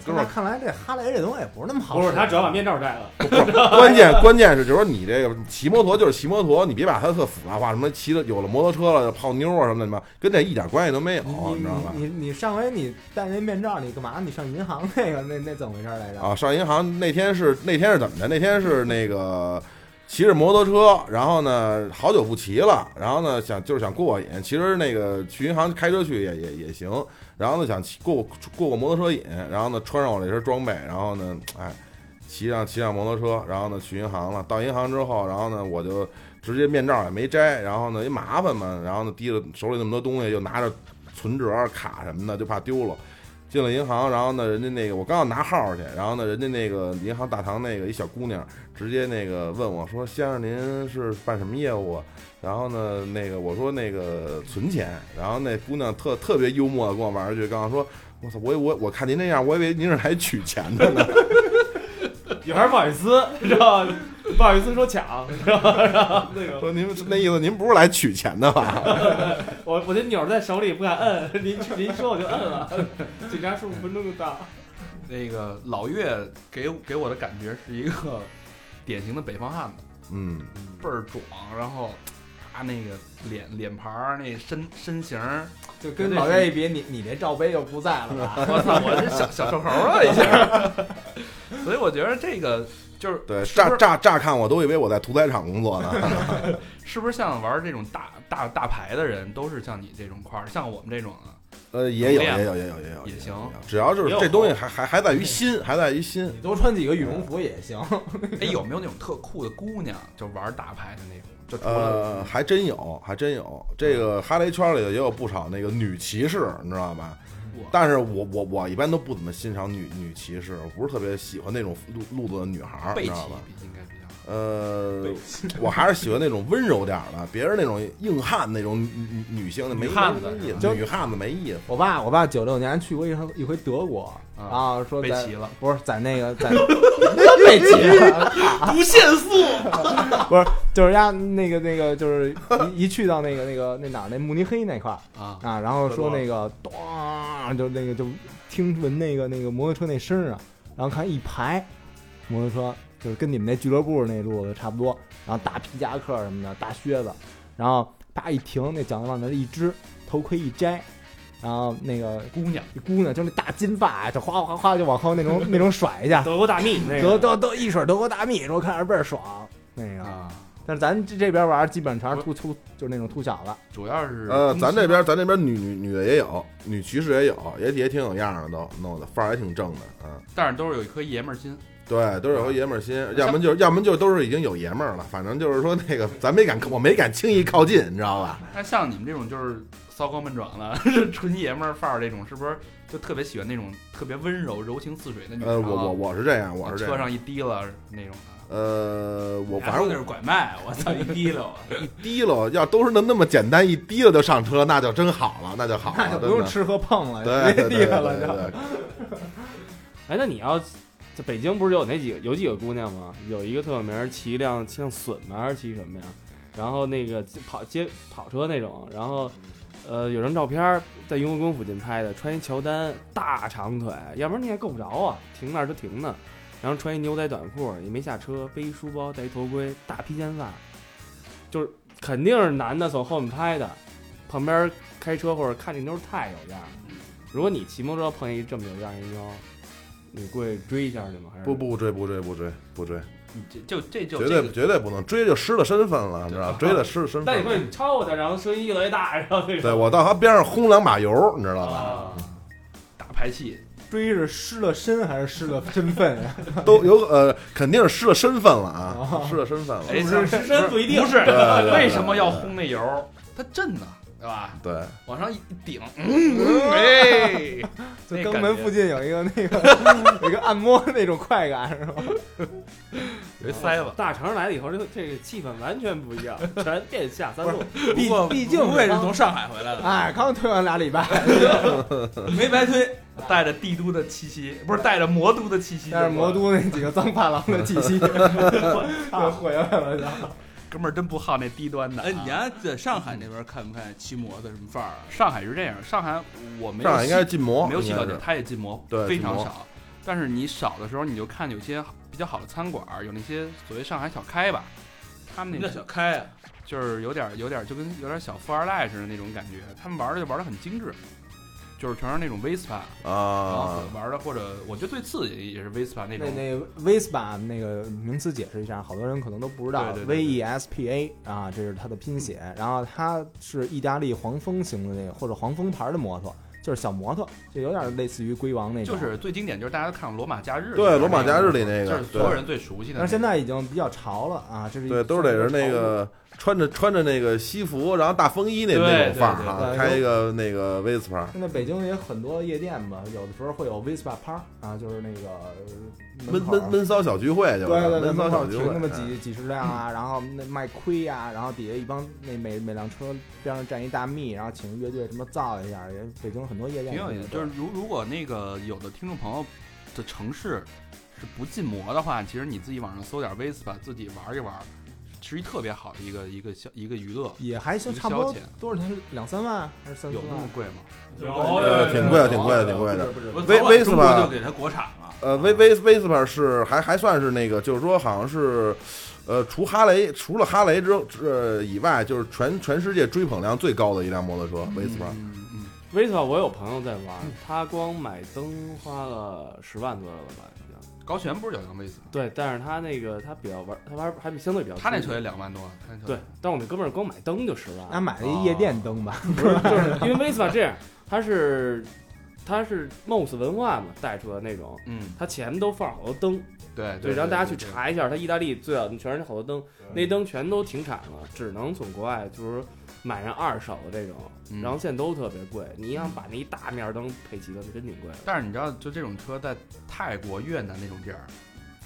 S5: 哥们
S2: 那
S5: 儿，
S2: 看来这哈雷这东西也不是那么好啊
S4: 不
S2: 使。
S4: 是，他只要把面罩摘了，
S5: 关键关键是就是说你这个骑摩托就是骑摩托，你别把它特复杂化，什么骑的有了摩托车了泡妞啊什么的什么，跟这一点关系都没有，
S2: 你
S5: 哦你知道吧？
S2: 你你你上回你戴那面罩，你干嘛？你上银行那个那那怎么回事来着？
S5: 啊，上银行那天是那天是怎么着？那天是那个骑着摩托车，然后呢好久不骑了，然后呢想就是想过过瘾。其实那个去银行开车去也也也行，然后呢想骑过过过过摩托车瘾，然后呢穿上我这身装备，然后呢哎骑上骑上摩托车，然后呢去银行了。到银行之后，然后呢我就直接面罩也没摘，然后呢也麻烦嘛，然后呢提着手里那么多东西，又拿着存折、卡什么的，就怕丢了。进了银行，然后呢，人家那个我刚要拿号去，然后呢，人家那个银行大堂那个一小姑娘直接那个问我说：“先生，您是办什么业务啊？”然后呢，那个我说那个存钱，然后那姑娘特特别幽默的跟我玩一句，刚刚说：“我操，我以我我看您那样，我以为您是来取钱的呢。
S4: 女孩不好意思，知道吧？不好意思说抢，知道吧？然后 那个
S5: 说您那意思您不是来取钱的吧？
S4: 我我这钮儿在手里不敢摁，您您说我就摁了， 啊警察说五分钟就到。
S6: 那个老岳给给我的感觉是一个 典型的北方汉子，
S5: 嗯，
S6: 倍儿壮，然后他那个脸脸盘儿、那身身形儿，
S2: 就跟老岳一比，你你这罩杯又不在了吧？
S6: 我操，我这小小瘦猴了已经。 所以我觉得这个就是
S5: 对，
S6: 是不
S5: 乍
S6: 是
S5: 乍乍看我都以为我在屠宰场工作呢。
S6: 是不是像玩这种大大大牌的人，都是像你这种块儿，像我们这种啊，
S5: 呃，也有，
S6: 同样
S5: 也有，也有，也有，
S6: 也行
S5: 有，只要就是
S4: 也有
S5: 这东西还还还在于心，还在于心。
S2: 你多穿几个羽绒服也行。
S6: 哎，有没有那种特酷的姑娘，就玩大牌的那种？就除了、
S5: 呃，还真有，还真有。这个哈雷圈里也有不少那个女骑士，你知道吧
S6: 哇？
S5: 但是我我我一般都不怎么欣赏女女骑士，我不是特别喜欢那种路路子的女孩儿，
S6: 背
S5: 你
S6: 骑
S5: 呃知道吧？
S6: 应该比较好。
S5: 呃， 我还是喜欢那种温柔点儿的，别人那种硬汉那种女女女性的没
S7: 女汉子
S5: 没意
S2: 就
S5: 思，女汉子没意思。
S2: 我爸，我爸九六年去过一回一回德国，然后说
S6: 被
S2: 在
S6: 骑 了，
S2: 不是在那个在被骑 了，
S5: 啊
S7: 不限速，
S2: 不是就是家那个那个就是一一去到那个那个那哪儿那慕尼黑那块儿
S6: 啊
S2: 啊，然后说那个咚，就那个就听闻那个那个摩托车那声儿啊，然后看一排摩托车，就是跟你们那俱乐部那路子差不多，然后大皮夹克什么的，大靴子，然后叭一停，那脚往那一支，头盔一摘，然后那个
S6: 姑娘，
S2: 一姑娘，就那大金发，就哗哗哗就往后那 种那种甩一下，
S4: 德国大蜜那
S2: 德
S4: 个，
S2: 德德一水德国大蜜，说看着倍儿爽那个。
S6: 啊，
S2: 但是咱这这边玩儿基本上全是秃秃，就是那种秃小子，
S6: 主要是
S5: 呃，
S6: 中
S5: 咱
S6: 西
S5: 这边咱这边女女女的也有，女骑士也有，也也挺有样儿的，都弄的范儿也挺正的，嗯，
S6: 但是都是有一颗爷们儿心。
S5: 对，都是有爷们儿心，要么就是要么就都是已经有爷们儿了，反正就是说那个咱没敢，我没敢轻易靠近，你知道吧？
S6: 那像你们这种就是骚高闷壮的， 是纯爷们儿范儿这种，是不是就特别喜欢那种特别温柔、柔情似水的女
S5: 呃，
S6: 生啊？
S5: 我我我是这样，我是这
S6: 啊车
S5: 样，
S6: 上一哎提了那种啊的。
S5: 呃，我反
S7: 说那是
S5: 正
S7: 拐卖，我操，一滴溜，
S5: 一滴溜，要都是那那么简单，一滴溜就上车，那就真好了，那就好
S2: 那
S5: 了，
S2: 就不用
S5: 真的
S2: 吃喝碰了，
S5: 对
S2: 直接
S5: 对对
S2: 地
S5: 对
S2: 上了
S5: 对
S2: 就。
S5: 对，
S4: 哎，那你要这北京不是有那几个有几个姑娘吗？有一个特有名儿，骑一辆像隼吗还是骑什么呀？然后那个跑街跑车那种，然
S5: 嗯
S4: 后呃有张照片儿在雍和宫附近拍的，穿一乔丹大长腿，要不然你也够不着啊，停那儿就停呢。然后穿一牛仔短裤，也没下车，背一书包，戴一头盔，大披肩发，就是肯定是男的从后面拍的，旁边开车或者看这妞儿太有样儿了。如果你骑摩托车碰一这么有样儿一妞儿，你过去追一下去吗？还是
S5: 不不追不追不追不追，
S6: 你这就这就
S5: 绝
S6: 这
S5: 对
S6: 个
S5: 绝对不能追就失了身份了，你知道吧，追了失了身份了。
S4: 那你会超过他，然后声音越来越大，然后那
S5: 对
S4: 种
S5: 我到他边上轰两把油，你知道吧？
S4: 啊，
S6: 打排气，
S2: 追是失了身还是失了身份 呀？
S5: 都有呃，肯定是失了身份了啊
S2: 哦，
S5: 失了身份了。
S6: 哎，
S4: 是是真不一定
S6: 不是
S5: 对对对
S6: 为什么要轰那油儿？它震呢，对吧？
S5: 对，
S6: 往上一顶，嗯，哎，
S2: 就
S6: 那
S2: 肛
S6: 感
S2: 门
S6: 觉
S2: 附近有一个那个 有一个按摩那种快感是吧？
S6: 有一塞子。
S4: 大城市来了以后，这个这个气氛完全不一样，全变下三路。
S2: 毕毕竟
S7: 我也
S2: 是
S7: 是
S2: 刚
S7: 从上海回来的，
S2: 哎刚推完俩礼拜，
S7: 没白推，
S6: 带着帝都的气息，不是带着魔都的气息。
S2: 但是魔都那几个脏发廊的气 息就回来了就。
S6: 哥们儿真不好那低端的啊。
S7: 哎，你还在上海那边看不看骑摩托什么范儿啊？
S6: 上海是这样，上海我没有
S5: 上海应该
S6: 细
S5: 是禁摩，
S6: 没有细
S5: 哦应该
S6: 了
S5: 是
S6: 解，它也禁摩，
S5: 对
S6: 非
S5: 禁
S6: 常
S5: 摩
S6: 少。但是你少的时候，你就看有些比较好的餐馆儿，有那些所谓上海小开吧，他们
S7: 你
S6: 那
S7: 叫
S6: 个
S7: 小开啊，
S6: 就是有点有点就跟有点小富二代似的那种感觉，他们玩儿的就玩的很精致，就是全是那种 Vespa，然后
S5: 啊。
S6: 玩的或者我觉得最刺激也是 Vespa
S2: 那
S6: 那种，
S2: 那 Vespa 啊那个名词解释一下，好多人可能都不知道
S6: 对对对
S2: V
S6: 对
S2: E S P A 啊，这是它的拼写。然后它是意大利黄蜂型的那个或者黄蜂牌的摩托，就是小摩托，就有点类似于龟王那种。
S6: 就是最经典就是大家都看过《罗马假日》
S5: 对，罗马假日里那
S6: 就
S5: 个
S6: 是，所有
S5: 对
S6: 人最熟悉的那
S2: 但
S6: 个。
S2: 是现在已经比较潮了啊，这是一
S5: 对，都是得是那个穿着穿着那个西服，然后大风衣那
S6: 对
S5: 那
S6: 对
S5: 种范儿
S6: 对
S5: 啊，
S2: 对
S5: 开一个那个 Vespa，
S2: 现在北京也有很多夜店吧，有的时候会有 Vespa 趴啊，就是那个呃门
S5: 闷
S2: 口
S5: 闷闷骚小聚会就是，
S2: 对对对，
S5: 闷骚
S2: 门
S5: 小
S2: 口
S5: 聚
S2: 停
S5: 会，
S2: 那么
S5: 嗯
S2: 几几十辆啊，然后那卖亏呀，然后底下一帮那每每辆车边上站一大蜜，然后请乐队什么造一下，也北京很多夜店
S6: 挺有意
S2: 什
S6: 思
S2: 么
S6: 的，
S2: 的
S6: 就是如如果那个有的听众朋友的城市是是不禁摩的话，其实你自己网上搜点 Vespa，自己玩一玩，是一特别好的一个一个消一个娱乐。
S2: 也还行，
S6: 一个
S2: 差不多
S6: 消遣
S2: 多少钱？两三万还是三四
S6: 有那么
S2: 万？
S6: 贵吗？
S5: 呃，
S1: 有啊
S5: 挺贵的，挺贵的，挺贵的。
S1: 我
S5: 威
S1: 早晚
S5: 威斯
S1: 中国
S5: 吧
S1: 就给它国产了。
S5: 呃，威威威斯帕是还还算是那个，就是说好像是，呃，除哈雷除了哈雷之后呃以外，就是全全世界追捧量最高的一辆摩托车，威斯帕。
S6: 嗯嗯，
S4: Vespa 我有朋友在玩，他光买灯花了十万左右了吧？已经。
S6: 嗯高悬不是有辆 Vespa，
S4: 对，但是他那个他比较玩，他玩还比相对比较。
S6: 他那车也两万多，他那车
S4: 对，但我那哥们儿光买灯就十万。
S2: 那买了一夜店灯吧，
S4: 不是，就是因为 Vespa 这样，它是它是 MOS 文化嘛带出的那种，
S6: 嗯，
S4: 它前面都放好多灯，
S6: 对
S4: 对，
S6: 对，
S4: 让大家去
S6: 对。对
S4: 查一下，它意大利最早全是好多灯，
S5: 啊
S4: 那灯全都停产了，只能从国外就是买上二手的这种，
S6: 嗯
S4: 然后现在都特别贵，你想把那一大面灯配齐了，那真挺贵的。
S6: 但是你知道，就这种车在泰国、越南那种地儿，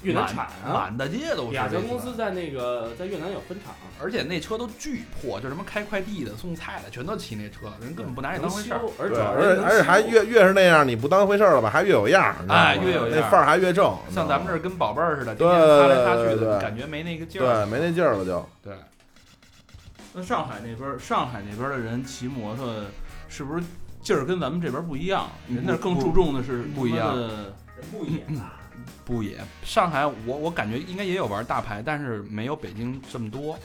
S4: 越南产啊，
S6: 满大街都是。
S4: 亚翔公司，在那个在越南有分厂，
S6: 而且那车都巨破，就什么开快递的、送菜的，全都骑那车，人根本不拿你当回事儿
S4: 能。修，而
S5: 对，
S4: 且
S5: 而且而且还越越是那样，你不当回事儿了吧，还越有样儿，你知道吗
S6: 哎越有样
S5: 那
S6: 儿
S5: 范儿还越正。
S6: 像咱们这
S5: 儿
S6: 儿跟宝贝儿似的，
S5: 对
S6: 天天擦来擦去
S5: 对
S6: 的，
S5: 对
S6: 感觉没那个劲儿。
S5: 对没那劲儿了就。
S6: 对，
S1: 那上海那边儿，上海那边儿的人骑摩托是不是劲儿跟咱们这边儿不一样？人那儿更注重的是
S6: 不不一样
S1: 他妈的
S2: 不一样。
S6: 不也，上海我我感觉应该也有玩大牌，但是没有北京这么多。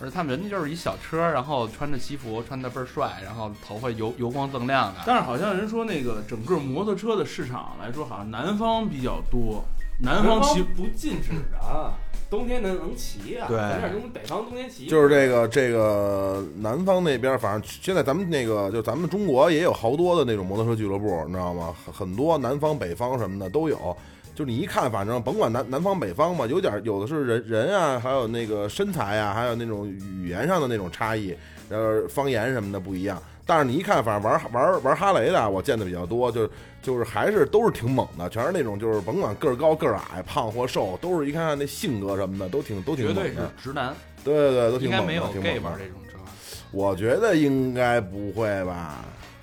S6: 而且他们人家就是一小车，然后穿着西服，穿的倍儿帅，然后头发油油光锃亮的。
S1: 但是好像人说那个整个摩托车的市场来说，好像南方比较多，南方骑
S4: 不禁止啊，冬天能能骑啊，咱这跟北方冬天骑
S5: 就是这个这个南方那边儿，反正现在咱们那个就咱们中国也有好多的那种摩托车俱乐部，你知道吗？很很多南方北方什么的都有。就是你一看，反正甭管南南方北方吧，有点儿有的是人人啊，还有那个身材啊，还有那种语言上的那种差异，呃，方言什么的不一样。但是你一看，反正玩玩玩哈雷的，我见的比较多，就是就是还是都是挺猛的，全是那种就是甭管个儿高个儿矮、胖或瘦，都是一看看那性格什么的，都挺都挺
S6: 绝
S5: 猛
S6: 对
S5: 的。
S6: 是直男，
S5: 对对对，都挺
S6: 应该
S5: 猛的，
S6: 没有
S5: 挺
S6: gay
S5: 猛的
S6: 玩这种车吧。
S5: 我觉得应该不会吧？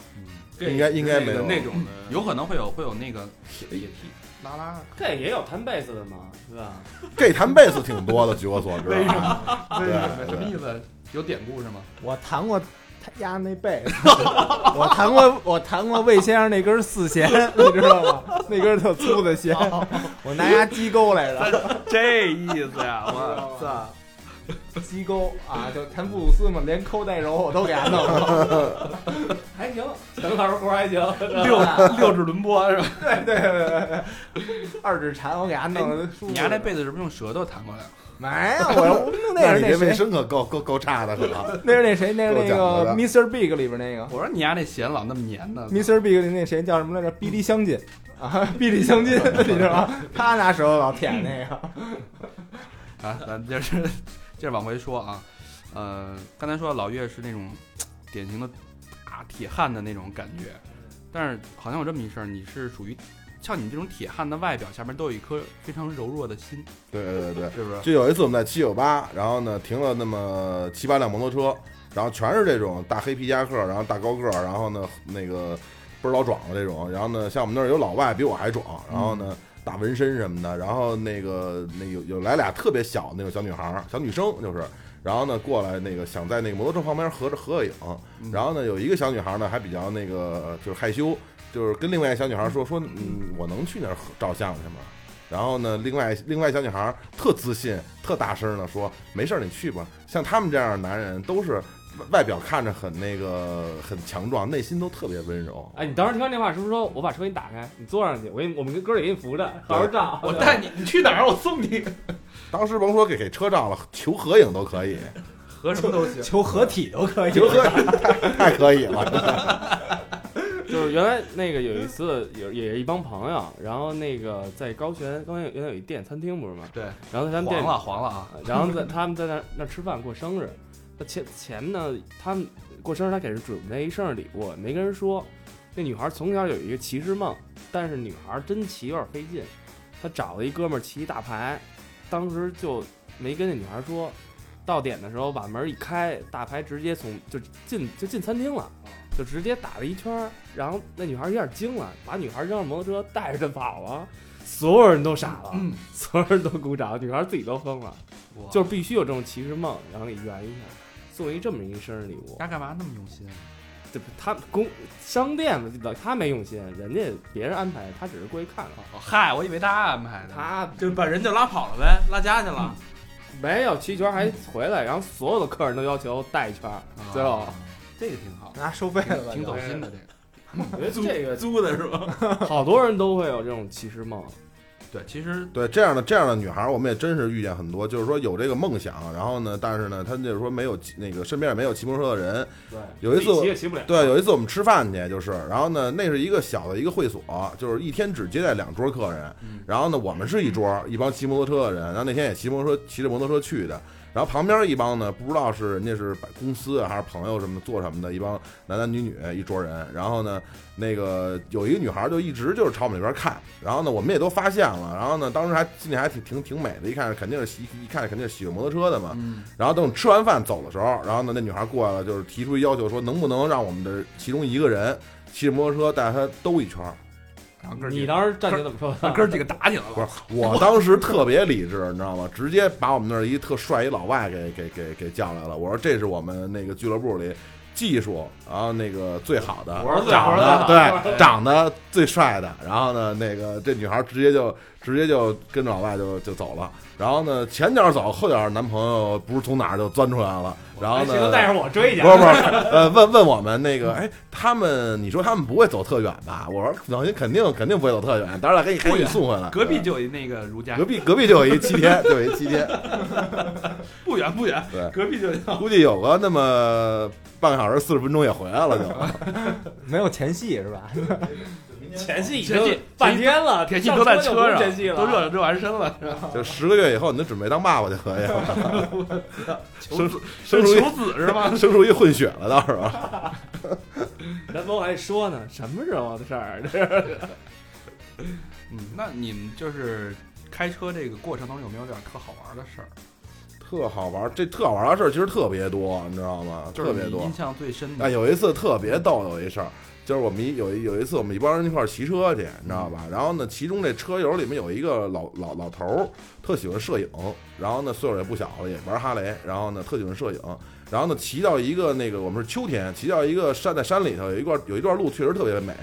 S5: 应该应该没有
S1: 那种的。
S6: 有可能会有会有那个铁铁蹄拉拉，
S4: 这也有弹贝斯的嘛，对吧？
S5: 这弹贝斯挺多的，据我所知。啊为什么？对
S6: 什么
S5: 对
S6: 意思？有典故是吗？
S2: 我弹过他压那贝斯， 我弹过我弹过魏先生那根四弦， 你知道吗？那根特粗的弦，
S5: 哦
S2: 我拿压鸡钩来着，
S6: 这意思呀， 我
S2: 操！鸡钩啊，就弹布鲁斯嘛，连抠带揉我都给他弄 了。
S4: 还行，陈老师活儿还行。
S6: 六六指轮播是吧？
S2: 对对对对对，二指禅我给他弄
S5: 哎
S2: 的舒服。
S6: 你家那被子是不是用舌头弹过来？
S2: 没有我，那
S5: 那
S2: 是
S5: 你这卫
S2: 谁？
S5: 生可够够够差的，可能。
S2: 那是那谁？那是那
S5: 给我
S2: 个
S5: 讲
S2: Mr. Big 里边那个。
S6: 我说你家那弦老那么粘呢，
S2: Mr. Big 的那谁叫什么来着？比利相近啊，比利相 近，你知道吗？他拿舌头老舔那个。
S6: 啊，咱接着接着往回说啊，呃，刚才说老岳是那种典型的大铁汉的那种感觉，但是好像有这么一事儿，你是属于像你这种铁汉的外表下面都有一颗非常柔弱的心，
S5: 对对对对，
S6: 是不是？
S5: 就有一次我们在七九八，然后呢停了那么七八辆摩托车，然后全是这种大黑皮夹克，然后大高个儿，然后呢那个倍儿老壮的这种，然后呢像我们那儿有老外比我还壮，然后
S6: 嗯
S5: 呢大纹身什么的，然后那个那有有来俩特别小的那种小女孩儿、小女生就是，然后呢过来那个想在那个摩托车旁边合着合个影，
S6: 嗯
S5: 然后呢有一个小女孩呢还比较那个就是害羞，就是跟另外一个小女孩说说嗯我能去那儿合照相去吗？然后呢，另外另外小女孩特自信、特大声的说：“没事儿，你去吧。”像他们这样的男人都是外外表看着很那个很强壮，内心都特别温柔。
S4: 哎，你当时听完这话是不是说我把车给你打开，你坐上去，我给你，我们跟哥儿也给你扶着，好好照。
S6: 我带你，你去哪儿我送你，
S5: 当时甭说给给车照了，求合影都可以，
S6: 合什么都行。
S2: 求合体都可以。
S5: 求合影太太哎可以了。
S4: 就是原来那个有一次，也也是一帮朋友，然后那个在高悬，高悬原来有一店餐厅不是吗？
S6: 对，
S4: 然后在他们
S6: 黄
S4: 店里
S6: 了黄了啊！
S4: 然后在他们在那儿那儿吃饭过生日，那前前呢，他们过生日他给人准备一生日礼物，没跟人说。那女孩从小有一个骑士梦，但是女孩真骑有点费劲，她找了一哥们儿骑一大排，当时就没跟那女孩说。到点的时候把门一开，大排直接从就进就进餐厅了，就直接打了一圈儿，然后那女孩有点惊了，把女孩扔上摩托车带着就跑了。所有人都傻了，
S8: 嗯
S4: 所有人都鼓掌，女孩自己都疯了，就是必须有这种骑士梦，然后给圆一下，送一这么一生日礼物。
S8: 他干嘛那么用
S6: 啊
S8: 心？
S4: 这不他公商店嘛，他没用心，人家别人安排，他只是过去看看。
S8: 哦嗨，我以为他安排的，
S4: 他
S8: 就把人就拉跑了呗，拉家去了。
S4: 没有骑一圈还回来，然后所有的客人都要求带一圈，最 后
S8: 这个挺好，
S2: 那收费了吧？
S8: 挺走
S2: 就
S8: 心的这个。
S4: 我觉得这个
S8: 租的是吧？
S4: 好多人都会有这种骑士梦。
S8: 对，其实
S5: 对这样的这样的女孩儿，我们也真是遇见很多，就是说有这个梦想，然后呢，但是呢，她就是说没有那个身边也没有骑摩托车的人。
S4: 对，
S5: 有一次
S4: 自己
S5: 我
S4: 骑也骑不了。
S5: 对，有一次我们吃饭去，就是，然后呢，那是一个小的一个会所，就是一天只接待两桌客人
S8: 嗯，
S5: 然后呢，我们是一桌，一帮骑摩托车的人，然后那天也骑摩托车，骑着摩托车去的，然后旁边一帮呢，不知道是人家是公司啊还是朋友什么的做什么的，一帮男男女女一桌人，然后呢，那个有一个女孩就一直就是朝我们那边看，然后呢，我们也都发现了，然后呢，当时还心里还挺挺挺美的，一看肯定是喜一看肯定是喜欢摩托车的嘛，
S8: 嗯
S6: 啊
S5: 然后等我们吃完饭走的时候，然后呢，那女孩过来了，就是提出一要求，说能不能让我们的其中一个人骑着摩托车带她兜一圈儿？
S6: 然后哥儿几
S4: 你
S6: 个，
S4: 当时站姐怎么说的？
S6: 哥儿几个打起来了
S5: 不。是，我当时特别理智，你知道吗？直接把我们那儿一特帅一老外给给给给叫来了。我说这是我们那个俱乐部里技术，然后那个最好
S6: 啊
S5: 的，
S4: 我是最好
S5: 长
S4: 的
S5: 得
S4: 我
S5: 对长得最帅的。然后呢，那个这女孩直接就直接就跟着老外就就走了。然后呢，前脚走，后脚男朋友不是从哪儿就钻出来了。然
S4: 哎
S5: 后呢，
S4: 着我追去
S5: 不是不是，呃，问问我们那个，哎，他们，你说他们不会走特远吧？我说，老肯定肯定不会走特远，当然了，给你给你送回来。
S6: 隔壁就有那个如家
S5: 啊隔，壁隔壁就有一七天，就有一七天，
S8: 不远不远，
S5: 对，
S8: 隔壁就行。
S5: 估计有个那么半个小时四十分钟也回来了就，
S2: 没有前戏是吧？
S4: 前戏已
S8: 前戏
S4: 经半天了，
S6: 铁
S4: 前
S6: 器都在车上，
S4: 前戏了，
S6: 都热热完身 了，
S5: 就十个月以后你就准备当爸爸就可以了，
S6: 求子
S5: 生出一
S6: 求子是 吗？
S5: 生出一混血了到时候。
S4: 男朋友还说呢，什么时候的事儿？啊这
S6: 嗯，那你们就是开车这个过程当中有没有点特好玩的事儿？
S5: 特好玩，这特好玩的事儿其实特别多，你知道吗？
S6: 就
S5: 特
S6: 是
S5: 别
S6: 你
S5: 多
S6: 印。象最深
S5: 啊，
S6: 的，
S5: 有一次特别逗，有一事儿，就是我们一有一有一次我们一帮人一块儿骑车去，你知道吧？然后呢，其中这车友里面有一个老老老头儿，特喜欢摄影，然后呢岁数也不小了，也玩哈雷，然后呢特喜欢摄影，然后呢骑到一个那个我们是秋天，骑到一个山在山里头有一段有一段路确实特别美，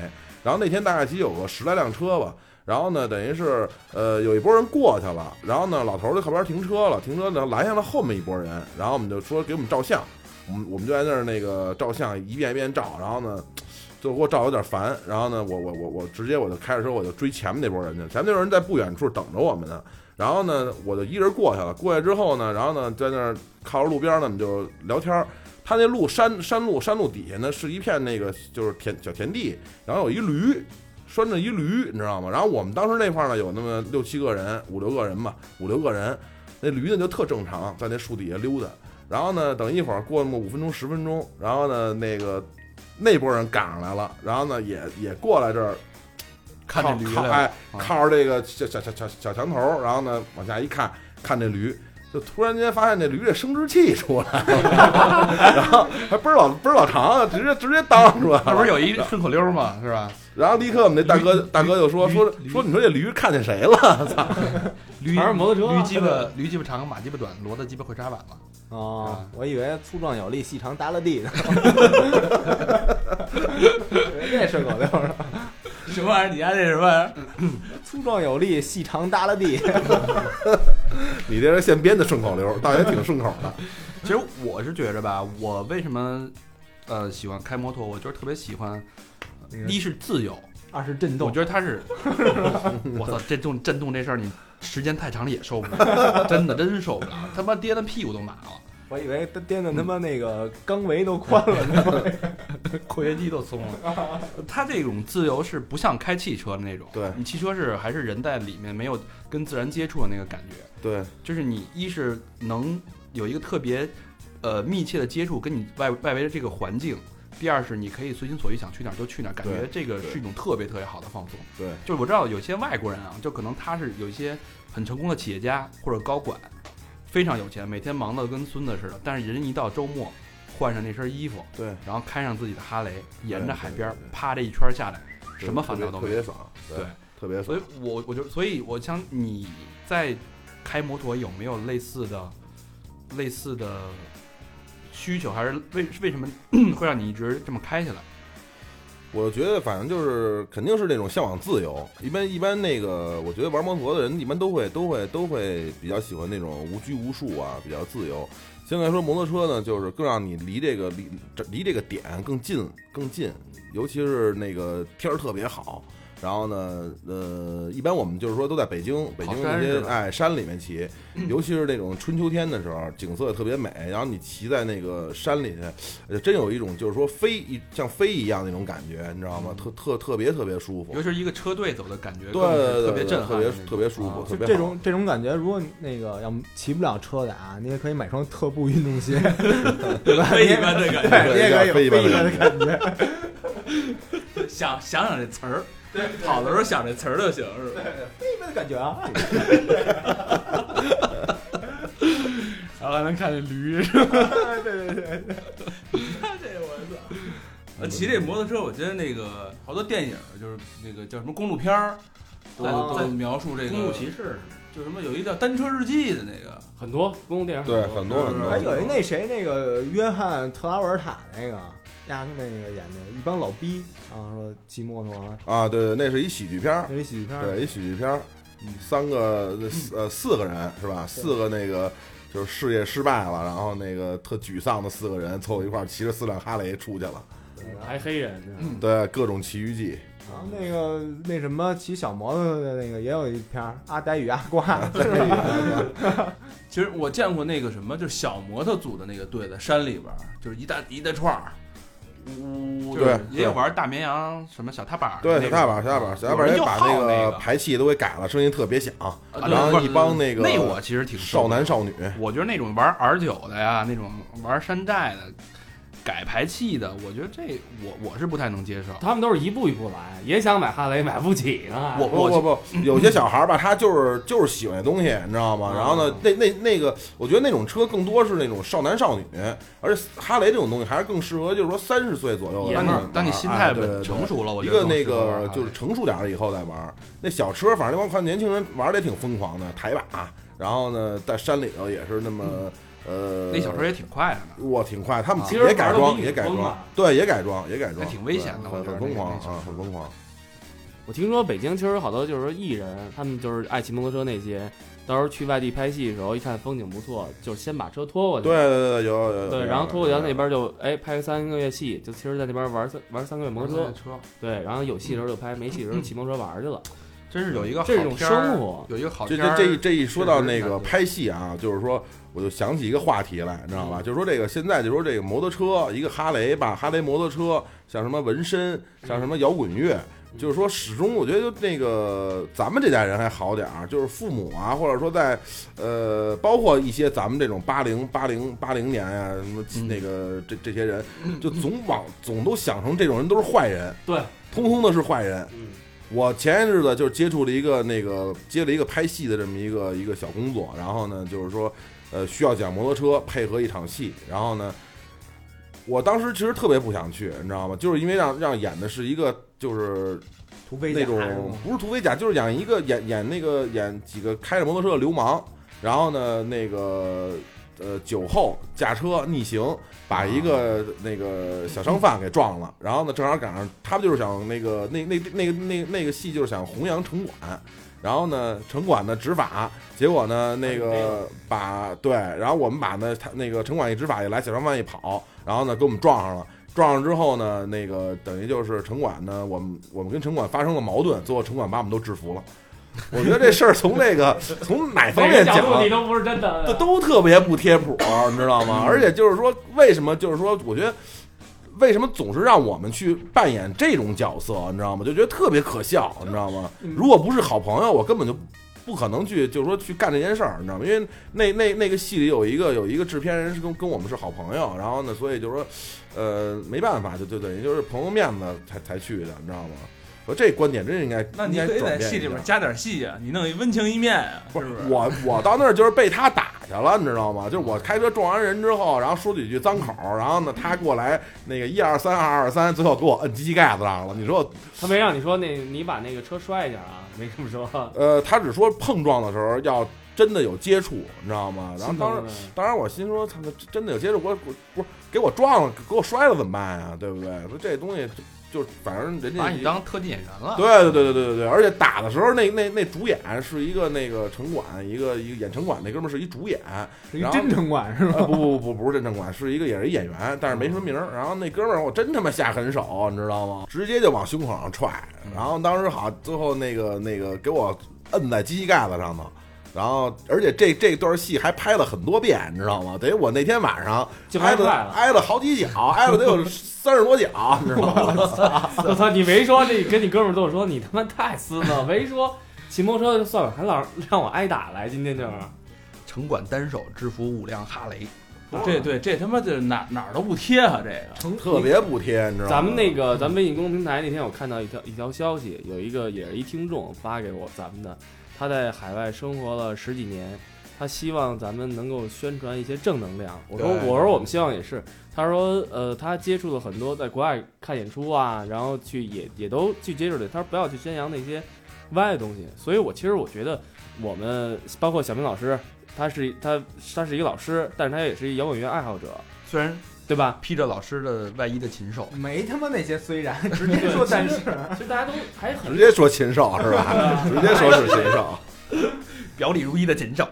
S5: 然后那天大概骑有个十来辆车吧。然后呢，等于是，呃，有一波人过去了，然后呢，老头儿就靠边停车了，停车呢拦下了后面一波人，然后我们就说给我们照相，我们我们就在那儿那个照相，一遍一遍照，然后呢，就给我照有点烦，然后呢，我我我我直接我就开着车我就追前面那波人去，前面那波人在不远处等着我们呢，然后呢，我就一人过去了，过去之后呢，然后呢，在那儿靠着路边呢，我们就聊天儿。他那路山山路山路底下呢是一片那个就是田小田地，然后有一驴，拴着一驴，你知道吗？然后我们当时那块儿呢有那么六七个人，五六个人吧，五六个人，那驴呢就特正常，在那树底下溜达。然后呢，等一会儿过那么五分钟十分钟，然后呢，那个那波人赶上来了，然后呢也也过来这儿
S6: 看
S5: 靠
S6: 这驴啊
S5: 靠
S6: 来了，
S5: 哎，靠着这个小小小小小墙头儿，然后呢往下一看，看这驴。就突然间发现那驴这生殖器出 来了，然后还倍儿老倍儿老长，直接直接当出来
S6: 那 不
S5: 了
S6: 是。有一顺口溜吗？是吧？
S5: 然后立刻我们那大哥大哥就说
S6: 驴
S5: 说
S6: 驴
S5: 说你说这驴看见谁了？
S6: 驴
S4: 全是摩托车
S6: 驴鸡巴驴鸡巴长，马鸡巴短，骡子鸡巴会扎板了。
S4: 啊
S2: 哦，我以为粗壮有力、细长耷拉地 呢。这顺口溜儿，
S8: 什么玩意儿？你家这什么玩意儿？
S2: 粗壮有力、细长耷拉地。
S5: 你这是现编的顺口溜，倒也挺顺口 的。
S6: 其实我是觉着吧，我为什么呃喜欢开摩托，我就是特别喜欢，呃一是自由，
S2: 二是震
S6: 我
S2: 动，
S6: 觉得他是， 我操，这动震动这事儿，你时间太长了也受不了， 真的真受不了，他妈爹的屁股都麻了，
S2: 我以为他颠的他妈那个钢围都宽了呢。
S6: 括约肌都松了。他这种自由是不像开汽车的那种，
S5: 对
S6: 你汽车是还是人在里面没有跟自然接触的那个感觉，
S5: 对，
S6: 就是你一是能有一个特别呃密切的接触跟你外外围的这个环境。第二是你可以随心所欲想去哪儿就去哪儿，感觉
S5: 对
S6: 这个是一种特别特别好的放松。
S5: 对，
S6: 就是我知道有些外国人啊，就可能他是有一些很成功的企业家或者高管，非常有钱，每天忙得跟孙子似的，但是人一到周末换上那身衣服，
S5: 对，
S6: 然后开上自己的哈雷，沿着海边
S5: 对对对
S6: 啪这一圈下来，
S5: 对
S6: 什么烦恼都
S5: 特
S6: 没
S5: 别
S6: 有。
S5: 特别爽。
S6: 对
S5: 特别
S6: 所
S5: 爽
S6: 以。我我就所以我想你在开摩托有没有类似的类似的需求，还是为为什 么会让你一直这么开起来？
S5: 我觉得反正就是肯定是那种向往自由，一般一般那个，我觉得玩摩托的人一般都会都会都会比较喜欢那种无拘无束啊，比较自由。相对来说，摩托车呢，就是更让你离这个离这离这个点更近更近，尤其是那个天儿特别好。然后呢，呃，一般我们就是说都在北京，北京
S6: 跑山
S5: 那些
S6: 是吧
S5: 哎山里面骑，尤其是那种春秋天的时候，景色特别美。然后你骑在那个山里去，呃，真有一种就是说飞一像飞一样那种感觉，你知道吗？特特特别特别舒服
S6: 尤，其是一个车队走的感觉，
S5: 对
S6: 嗯更是
S5: 对，
S6: 特别
S5: 对
S6: 震撼的
S5: 特别
S6: 那种，
S5: 特别舒服，
S6: 啊
S5: 特
S2: 就
S5: 别
S2: 这
S5: 好
S2: 种这种感觉，如果那个要么骑不了车的啊，你也可以买双特步运动鞋，对吧？
S9: 飞一般的感觉
S2: 对，你也可以有
S5: 飞一般的
S2: 的感觉。
S9: 想想想这词儿，跑的时候想这词儿就行，是吧？
S2: 飞一般的感觉啊，
S6: 然后还能看见驴，
S2: 对对对对，
S9: 这我操！ 呃，骑这摩托车，我觉得那个好多电影儿就是那个叫什么公路片儿，在
S2: 哦
S9: 在描述这个
S4: 公路骑士
S9: 就什么有一叫《单车日记》的那个，
S4: 很多，公路电影
S6: 啊
S5: 对很多很多
S2: 还有一那谁那个约翰特拉维尔塔那个，压那个演的一帮老逼啊，说骑摩托，
S5: 啊！对对，那是一喜剧片儿，
S2: 那是喜剧片儿，
S5: 对，一喜剧片儿
S9: 嗯，
S5: 三个呃四个人是吧？四个那个就是事业失败了，然后那个特沮丧的四个人凑一块儿，骑着四辆哈雷出去了，
S4: 还黑人呢，
S5: 对，各种奇遇记，
S2: 然后那个那什么骑小摩托的那个也有一篇儿《阿呆与阿瓜》，
S5: 啊
S9: 其实我见过那个什么，就是小摩托组的那个队在山里边儿，就是一大一大串儿，呜，
S5: 对
S6: 也有玩大绵羊什么小踏板儿的
S5: 对，
S6: 那啊
S5: 小
S6: 种，
S5: 踏板，小踏板，小踏板
S6: 有人
S5: 也
S6: 就
S5: 把
S6: 好
S5: 个
S6: 那个
S5: 排气都给改了，声音特别响，
S6: 啊对
S5: 然后
S6: 不是
S5: 一帮那个
S6: 那我其实挺受
S5: 少
S6: 不了
S5: 男少女，
S6: 我觉得那种玩 R 九的呀，那种玩山寨的、改排气的，我觉得这我我是不太能接受。
S4: 他们都是一步一步来，也想买哈雷，买不起呢。
S5: 我不不不， 有些小孩儿吧，他就是就是喜欢这东西，你知道吗？然后呢
S4: 啊，
S5: 那那那个，我觉得那种车更多是那种少男少女，而且哈雷这种东西还是更适合，就是说三十岁左右的
S4: 爷
S6: 当
S5: 那
S6: 你
S5: 种玩儿。
S6: 当你心态
S5: 哎对
S6: 稳
S5: 对
S6: 成熟了，我
S5: 一
S6: 觉得
S5: 个那
S6: 更适合玩啊
S5: 个
S6: 哈
S5: 就是成熟点儿以后再玩儿。那小车，反正我看年轻人玩的也挺疯狂的，抬把，然后呢，在山里头也是那么呃，
S6: 那小车也挺快的呢，
S5: 哇，挺快，他们
S6: 啊
S5: 其
S4: 其实
S5: 实也改
S4: 玩儿得
S5: 装，
S4: 比
S5: 也
S4: 你
S5: 改
S4: 疯
S5: 装
S4: 啊，
S5: 对，也改装，也改
S6: 那
S5: 装，
S6: 挺危险的
S5: 对
S6: 我
S5: 很
S6: 觉得
S5: 很疯
S6: 那
S5: 狂
S6: 那小
S5: 啊，很疯狂。
S4: 我听说北京其实有好多就是说艺人，他们就是爱骑摩托车那些，到时候去外地拍戏的时候，一看风景不错，就是先把车拖过去。
S5: 对对对，有有有。
S4: 对，
S5: 有
S4: 然后拖过
S5: 有
S4: 桥那边就哎拍个三个月戏，就其实在那边玩三玩三个月摩托车。嗯
S6: 车，
S4: 对，然后有戏的时候就拍，没戏的时候骑摩托车玩去了。
S6: 真是有一个好
S4: 这种
S6: 片儿
S4: 生活
S6: 有一个好
S5: 这
S6: 片
S5: 这
S6: 儿
S5: 这一这一说到
S6: 确实
S5: 那
S6: 是
S5: 个
S6: 感觉
S5: 拍戏啊，就是说，我就想起一个话题来，你知道
S4: 嗯
S5: 吧？就是说这个现在就说这个摩托车，一个哈雷吧，哈雷摩托车，像什么纹身，像什么摇滚乐，
S4: 嗯
S5: 就是说始终我觉得就那个咱们这代人还好点儿，就是父母啊，或者说在呃，包括一些咱们这种八零八零八零年呀、什么
S6: 嗯
S5: 那个这这些人，就总往总都想成这种人都是坏人，
S4: 嗯对，
S5: 通通都是坏人。
S4: 嗯，
S5: 我前些日子就是接触了一个那个接了一个拍戏的这么一个一个小工作，然后呢，就是说，呃，需要讲摩托车配合一场戏，然后呢，我当时其实特别不想去，你知道吗？就是因为让让演的是一个就是
S2: 土匪
S5: 那
S2: 甲是吗
S5: 种不是土匪甲，就是演一个演演那个演几个开着摩托车的流氓，然后呢那个呃酒后驾车逆行，把一个那个小商贩给撞了，然后呢正好赶上他们就是想那个那那那个那那个戏就是想弘扬城管。然后呢，城管呢执法，结果呢，那个把对，然后我们把呢，他那个城管一执法一来，小商贩一跑，然后呢给我们撞上了，撞上之后呢，那个等于就是城管呢，我们我们跟城管发生了矛盾，最后城管把我们都制服了。 我觉得这事儿从这个从哪方面
S4: 角
S5: 讲，
S4: 度你都不是真
S5: 这
S4: 的，
S5: 都特别不贴谱，啊你知道
S6: 嗯
S5: 吗？而且就是说，为什么就是说，我觉得为什么总是让我们去扮演这种角色，啊你知道吗？就觉得特别可笑，你知道吗？
S4: 嗯
S5: 如果不是好朋友，我根本就。不可能去，就是说去干这件事儿，你知道吗？因为那那那个戏里有一个有一个制片人是跟跟我们是好朋友，然后呢，所以就是说，呃，没办法，就就等于就是朋友面子才才去的，你知道吗？说这观点真应该
S6: 那
S5: 应
S6: 你
S5: 该
S6: 可以
S5: 转
S6: 在
S5: 变
S6: 戏
S5: 一
S6: 里
S5: 下
S6: 面加点戏啊，你弄一温情一面啊，是
S5: 不是
S6: 不是？
S5: 我，我到那儿就是被他打去了，你知道吗？就是我开车撞完人之后，然后说几句脏口，然后呢，他过来那个一二三二二三，最后给我摁机器盖子上了。你说我，
S4: 他没让你说那，你把那个车摔一下啊，没这么说。
S5: 呃，他只说碰撞的时候要真的有接触，你知道吗？然后
S4: 心
S5: 当
S4: 疼
S5: 时，
S4: 的
S5: 当时我心说，他们真的有接触，我我不是给我撞了，给我摔了怎么办呀？对不对？说这东西就反正人家
S1: 把你当特技演员了。
S5: 对对对对对对对，而且打的时候，那那那主演是一个那个城管，一个一个演城管那哥们儿是一主演，
S2: 是一
S5: 然后
S2: 真城管 是吗？
S5: 呃，不不不，不是真正管，是一个也是一演员，但是没什么名儿。然后那哥们儿我真他妈下狠手，你知道吗？直接就往胸口上踹。
S4: 嗯
S5: 然后当时好，最后那个那个给我摁在机器盖子上头。然后，而且这这段戏还拍了很多遍，你知道吗？得我那天晚上
S4: 就
S5: 挨
S4: 拍出
S5: 了
S4: 来了。
S5: 挨了好几脚，挨了得有三十多脚，你知道吗？
S4: 我操，你没说那跟你哥们儿跟我说，你他妈太孙子了，没说骑摩托车就算了，还老让我挨打来，今天就是。
S1: 城管单手制服五辆哈雷，
S6: 这对这他妈这哪哪儿都不贴合这个。
S5: 特别不贴，你知道吗？
S4: 咱们那个，咱们微信公众平台那天我看到一条一条消息，有一个也是一听众发给我咱们的，他在海外生活了十几年，他希望咱们能够宣传一些正能量。我说
S5: 对
S4: 我说我们希望也是，他说呃他接触了很多在国外看演出啊，然后去也也都去接触的，他说不要去宣扬那些歪的东西。所以我其实我觉得我们包括小明老师，他是他他是一个老师，但是他也是一摇滚乐爱好者，
S1: 虽然
S4: 对吧？
S1: 披着老师的外衣的禽兽，
S2: 没他妈那些虽然， 直接说但是。
S4: 其实大家都还很
S5: 直接说禽兽 是吧？直接说是禽兽。
S1: 表里如一的禽兽。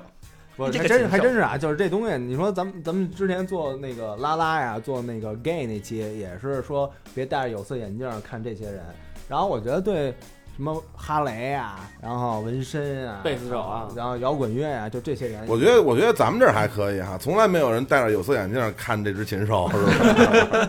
S2: 不是，
S1: 这
S2: 还
S1: 个
S2: 真是
S1: 禽
S2: 还
S1: 兽
S2: 真是啊，就是这东西，你说咱们咱们之前做那个拉拉呀，做那个 gay 那期也是说别戴着有色眼镜看这些人，然后我觉得对什么哈雷啊，然后纹身啊，
S4: 贝斯手啊
S2: 然后摇滚乐啊，就这些人，
S5: 我觉得，我觉得咱们这儿还可以哈，从来没有人戴着有色眼镜看这只禽兽，是吧？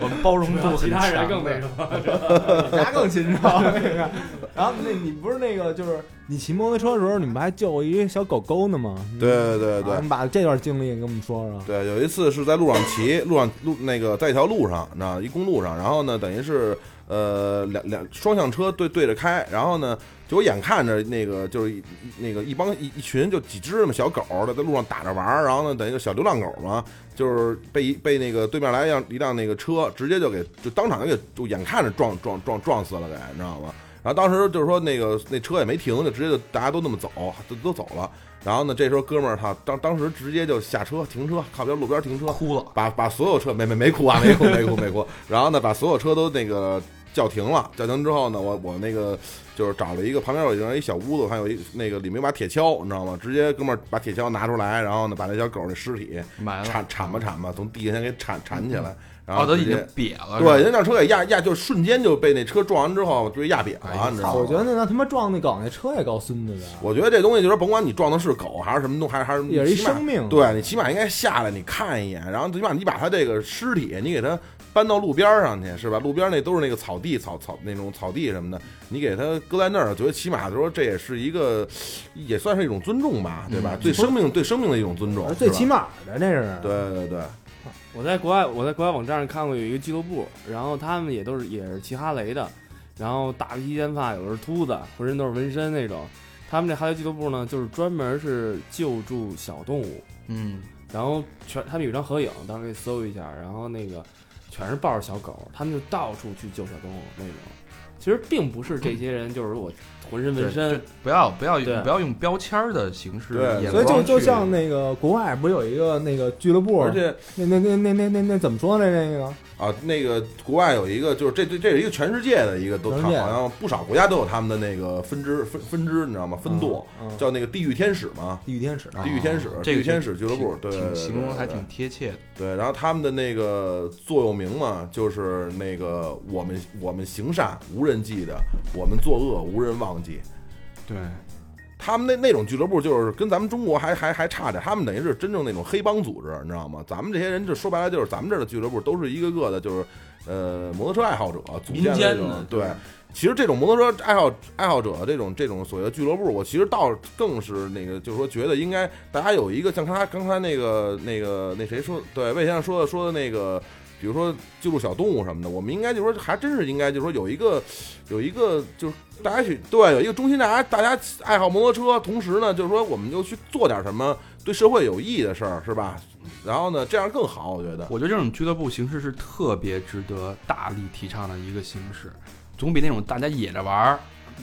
S1: 我们包容度
S4: 啊其
S1: 很
S4: 他人
S1: 强
S4: 更
S1: 的
S4: 那什么。
S2: 他更禽兽。那个 然后那你不是那个就是你骑摩托车的时候，你们还救过一小狗狗呢吗？
S5: 对对对
S2: 啊你把这段经历给我们说说。
S5: 对，有一次是在路上骑，路上路那个在一条路上，那一公路上，然后呢，等于是呃两两双向车对对着开，然后呢，就我眼看着那个就是一那个一帮一一群就几只嘛小狗儿在路上打着玩儿，然后呢，等于就小流浪狗嘛，就是被一被那个对面来一辆一辆那个车直接就给就当场就给就眼看着撞撞撞撞死了给，你知道吗？然后当时就是说那个那车也没停，就直接就大家都那么走，都都走了。然后呢，这时候哥们儿他当当时直接就下车停车，靠边路边停车，
S1: 哭了，
S5: 把把所有车没没没哭啊，没哭没哭没哭。然后呢，把所有车都那个叫停了，叫停之后呢，我我那个就是找了一个旁边有一个一小屋子，还有一那个里面有把铁锹，你知道吗？直接哥们儿把铁锹拿出来，然后呢把那小狗那尸体
S1: 埋了。
S5: 铲铲吧铲吧，从地下先给铲铲起来，然
S1: 哦，
S5: 后
S1: 都
S5: 直
S1: 已经
S5: 接。
S1: 瘪了。
S5: 对，
S1: 是吧，
S5: 人家车给压压，就瞬间就被那车撞完之后就压扁
S1: 哎
S5: 了，你知道吗？
S2: 我觉得那他妈撞那狗那车也够孙子的，
S5: 我觉得这东西就是甭管你撞的是狗还是什么东，还是还是
S2: 也是一
S5: 起码
S2: 生命
S5: 对你起码应该下来你看一眼，然后最起码你把它这个尸体你给它搬到路边儿上去是吧？路边儿那都是那个草地草草那种草地什么的，你给它搁在那儿，觉得起码说这也是一个也算是一种尊重吧，对吧？对生命对生命的一种尊重
S2: 嗯而，呃最
S5: 是吧
S2: 起码的这是。
S5: 对对对，
S4: 我在国外，我在国外网站上看过有一个俱乐部，然后他们也都是也是骑哈雷的，然后大披肩发，有的是秃子，浑身都是纹身那种。他们这哈雷俱乐部呢，就是专门是救助小动物，
S1: 嗯，
S4: 然后全他们有一张合影，当时可以搜一下，然后那个全是抱着小狗，他们就到处去救小动物那种。其实并不是这些人，就是我浑身纹身，
S1: 不要不要
S4: 对
S1: 用不要用标签儿的形式
S5: 对
S1: 眼
S2: 所
S1: 光
S2: 以
S1: 去，
S2: 就就像那个国外不是有一个那个俱乐部，
S5: 而且
S2: 那那那那那那那怎么说呢？那个
S5: 啊，那个国外有一个，就是这这这是一个全世界的一个都
S2: 全
S5: 好
S2: 世界
S5: 像不少国家都有他们的那个分支分分支，你知道吗？分舵、
S2: 嗯嗯
S5: 叫那个地狱天使嘛。
S2: 地狱天使，
S1: 啊
S5: 地狱天使，
S1: 这
S5: 地
S1: 个
S5: 狱天使俱乐部，
S1: 挺
S5: 对，
S1: 挺
S5: 对
S1: 形容还挺贴切的。
S5: 对。然后他们的那个座右铭嘛，就是那个我们我们行善无人记得，我们作恶无人忘记。
S1: 对，
S5: 他们那那种俱乐部就是跟咱们中国还还还差点，他们等于是真正那种黑帮组织，你知道吗？咱们这些人就说白了就是咱们这儿的俱乐部都是一个个的，就是呃摩托车爱好者组建
S6: 民
S5: 这
S6: 间
S5: 种
S6: 的
S5: 对。其实这种摩托车爱好爱好者这种这种所谓的俱乐部，我其实倒更是那个，就是说觉得应该大家有一个像他刚才那个那个那谁说，对魏先生说的说的那个比如说救助小动物什么的，我们应该就是说还真是应该就是说有一个有一个就是大家去对有一个中心，大家大家爱好摩托车，同时呢就是说我们就去做点什么对社会有益的事儿，是吧？然后呢这样更好，我觉得。
S6: 我觉得这种俱乐部形式是特别值得大力提倡的一个形式，总比那种大家野着玩儿，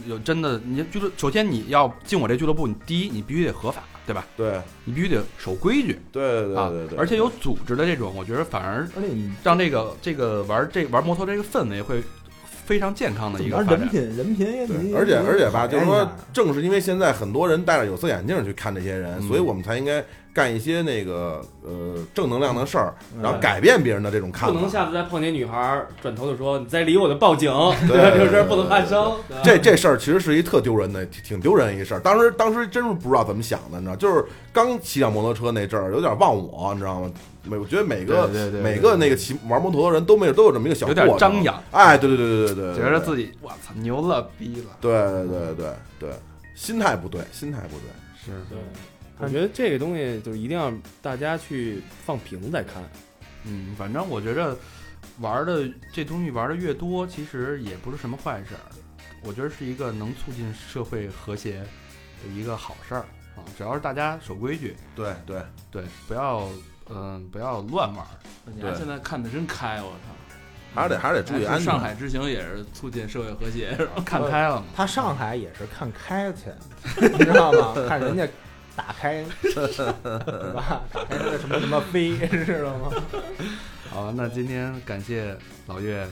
S6: 有真的你俱乐，首先你要进我这俱乐部，你第一你必须得合法，对吧？
S5: 对
S6: 你必须得守规矩
S5: 对对
S6: 啊
S5: 对对，，
S6: 而且有组织的这种，我觉得反而
S2: 而且你
S6: 让这个这个玩这玩摩托这个氛围会非常健康的
S2: 怎
S6: 一
S2: 么
S6: 个
S2: 着
S6: 发
S2: 人
S6: 展。
S2: 品人品也你
S5: 对，而且而且吧，就是说
S2: 哎呀，
S5: 正是因为现在很多人戴着有色眼镜去看这些人，
S6: 嗯
S5: 所以我们才应该干一些那个呃正能量的事儿，
S2: 嗯
S5: 然后改变别人的这种看
S4: 不
S5: 法。
S4: 能下次再碰见女孩儿，转头就说你再理我就报警，
S5: 对
S4: 吧？这
S5: 对
S4: 个事儿不
S5: 对
S4: 能发生。对吧
S5: 这这事儿其实是一特丢人的，挺挺丢人一事儿。当时当时真是不知道怎么想的，你知道，就是刚骑上摩托车那阵儿，有点忘我，你知道吗？每我觉得每个
S6: 对对对对
S5: 每个那个骑玩摩托的人都没有都有这么一个小
S6: 有点
S5: 过程
S6: 张扬
S5: 哎，对对对对对对，
S6: 觉得
S5: 己
S6: 自己我操牛了逼了，
S5: 对对对对对，心态不对，心态不对。
S6: 是
S4: 对，嗯我觉得这个东西就是一定要大家去放平再看。
S6: 嗯，反正我觉着玩的这东西玩的越多，其实也不是什么坏事儿，我觉得是一个能促进社会和谐的一个好事儿啊。只要是大家守规矩，
S5: 对对，
S6: 对，不要嗯、不要乱玩儿。
S10: 嗯你看现在看的真开，我操！
S5: 还是得还是得注意安全。
S10: 上海之行也是促进社会和谐， 是吧
S6: 啊看开了嘛，
S2: 他上海也是看开去，你知道吗？看人家打开， 是吧？打开那个什么什么飞， 知道吗？
S6: 好，那今天感谢老岳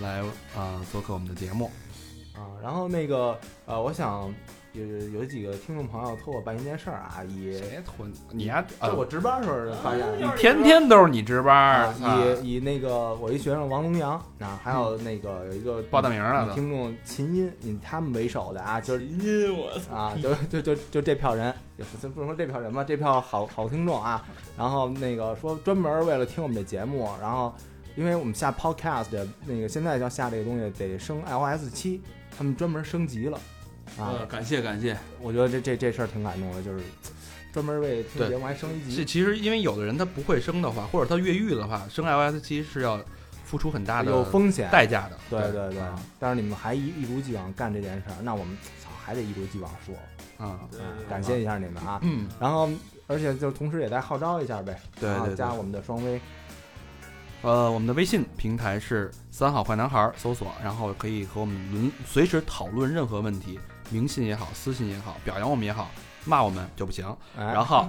S6: 来啊、做客我们的节目。
S2: 啊，然后那个呃，我想有有几个听众朋友托我办一件事儿啊，以
S6: 托你呀、
S5: 哎
S6: 啊？
S2: 就我值班时候发现的。
S6: 天天都是你值班
S2: 啊
S6: 儿，操
S2: 以以那个我一学生王龙阳啊，还有那个有一个
S6: 嗯报大名儿了
S2: 女
S6: 都。
S2: 听众秦音，以他们为首的啊，就是
S10: 因我操！
S2: 啊，就就就就这票人，也不不能说这票人吧，这票好好听众啊。然后那个说专门为了听我们这节目，然后因为我们下 podcast 的那个现在要下这个东西得升 iOS 七，他们专门升级了
S6: 嗯
S2: 啊。
S10: 呃，感谢感谢，
S2: 我觉得这这这事儿挺感动的，就是专门为听节目还升一
S6: 是，
S2: 级，
S6: 其实因为有的人他不会生的话，或者他越狱的话，生 iOS 七是要付出很大的
S2: 有风险。
S6: 代价的。
S2: 对啊
S6: 对
S2: 对对，但是你们还一一如既往干这件事儿，那我们操还得一如既往说，嗯
S6: 啊，
S2: 感谢一下你们啊。
S6: 嗯，
S2: 然后，而且就是同时也再号召一下呗，
S6: 对
S2: 然后
S6: 对对
S2: 加。我们的双微，
S6: 啊呃，我们的微信平台是三好坏男孩儿，搜索，然后可以和我们轮随时讨论任何问题，明信也好，私信也好，表扬我们也好，骂我们就不行。
S2: 哎
S6: 然后，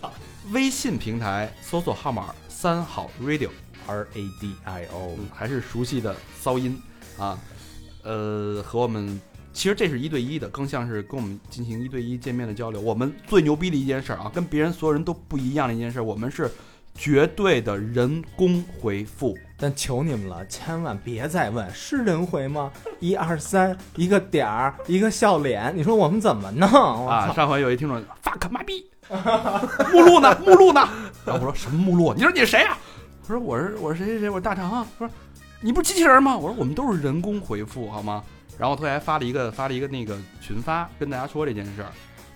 S6: 微信平台搜索号码三好 radio，
S2: R A D I O，
S6: 嗯还是熟悉的骚音啊，呃，和我们其实这是一对一的，更像是跟我们进行一对一见面的交流。我们最牛逼的一件事儿啊，跟别人所有人都不一样的一件事儿，我们是绝对的人工回复。
S2: 但求你们了，千万别再问是人回吗？ 一二三，一个点儿，一个笑脸，你说我们怎么弄？我
S6: 啊，
S2: 操！
S6: 上回有一听众 fuck 妈逼， 目录呢？目录呢？然后我说什么目录？你说你是谁呀、我说我是我是谁谁谁，我是大肠啊。他说你不是机器人吗？我说我们都是人工回复好吗？然后他还发了一个发了一个那个群发，跟大家说这件事儿。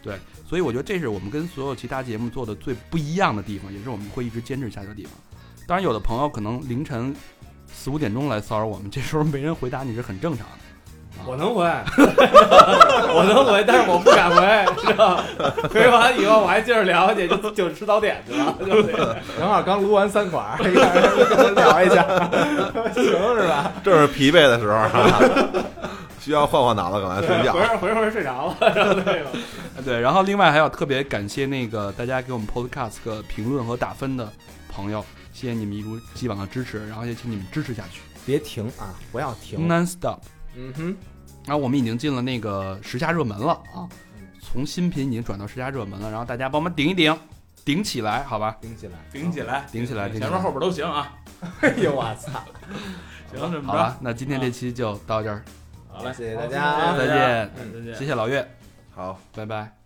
S6: 对，所以我觉得这是我们跟所有其他节目做的最不一样的地方，也是我们会一直坚持下去的地方。当然，有的朋友可能凌晨四五点钟来骚扰我们，这时候没人回答你是很正常的。
S4: 我能 回，我能回，但是我不敢回，知道吗？回完以后我还接着聊去，就就吃早点去 了，对不对？
S2: 正好刚撸完三管儿，一个人跟他聊一下，行是吧？
S5: 正是疲惫的时候，需要换换脑子，赶快睡觉
S4: 回。会儿回会儿睡着了， 然后那个
S6: 对，然后另外还要特别感谢那个大家给我们 Podcast 个评论和打分的朋友，谢谢你们一如既往的支持，然后也请你们支持下去
S2: 别停啊，不要停。
S6: ，Non Stop。
S2: 嗯哼，
S6: 然啊后我们已经进了那个时下热门了啊，
S10: 嗯
S6: 从新品已经转到时下热门了，然后大家帮忙顶一顶，顶起来，好吧？
S2: 顶起来！
S10: 顶起来，
S6: 顶起来顶起来
S10: 前面后边都行啊。
S2: 哎呦我操！
S10: 行，这么
S6: 好
S10: 着，
S6: 了，那今天这期就到这儿，
S10: 好嘞，
S2: 谢谢大家啊
S4: 嗯
S6: 再见，
S10: 再见
S6: 谢。谢老岳，
S5: 好，
S6: 拜拜。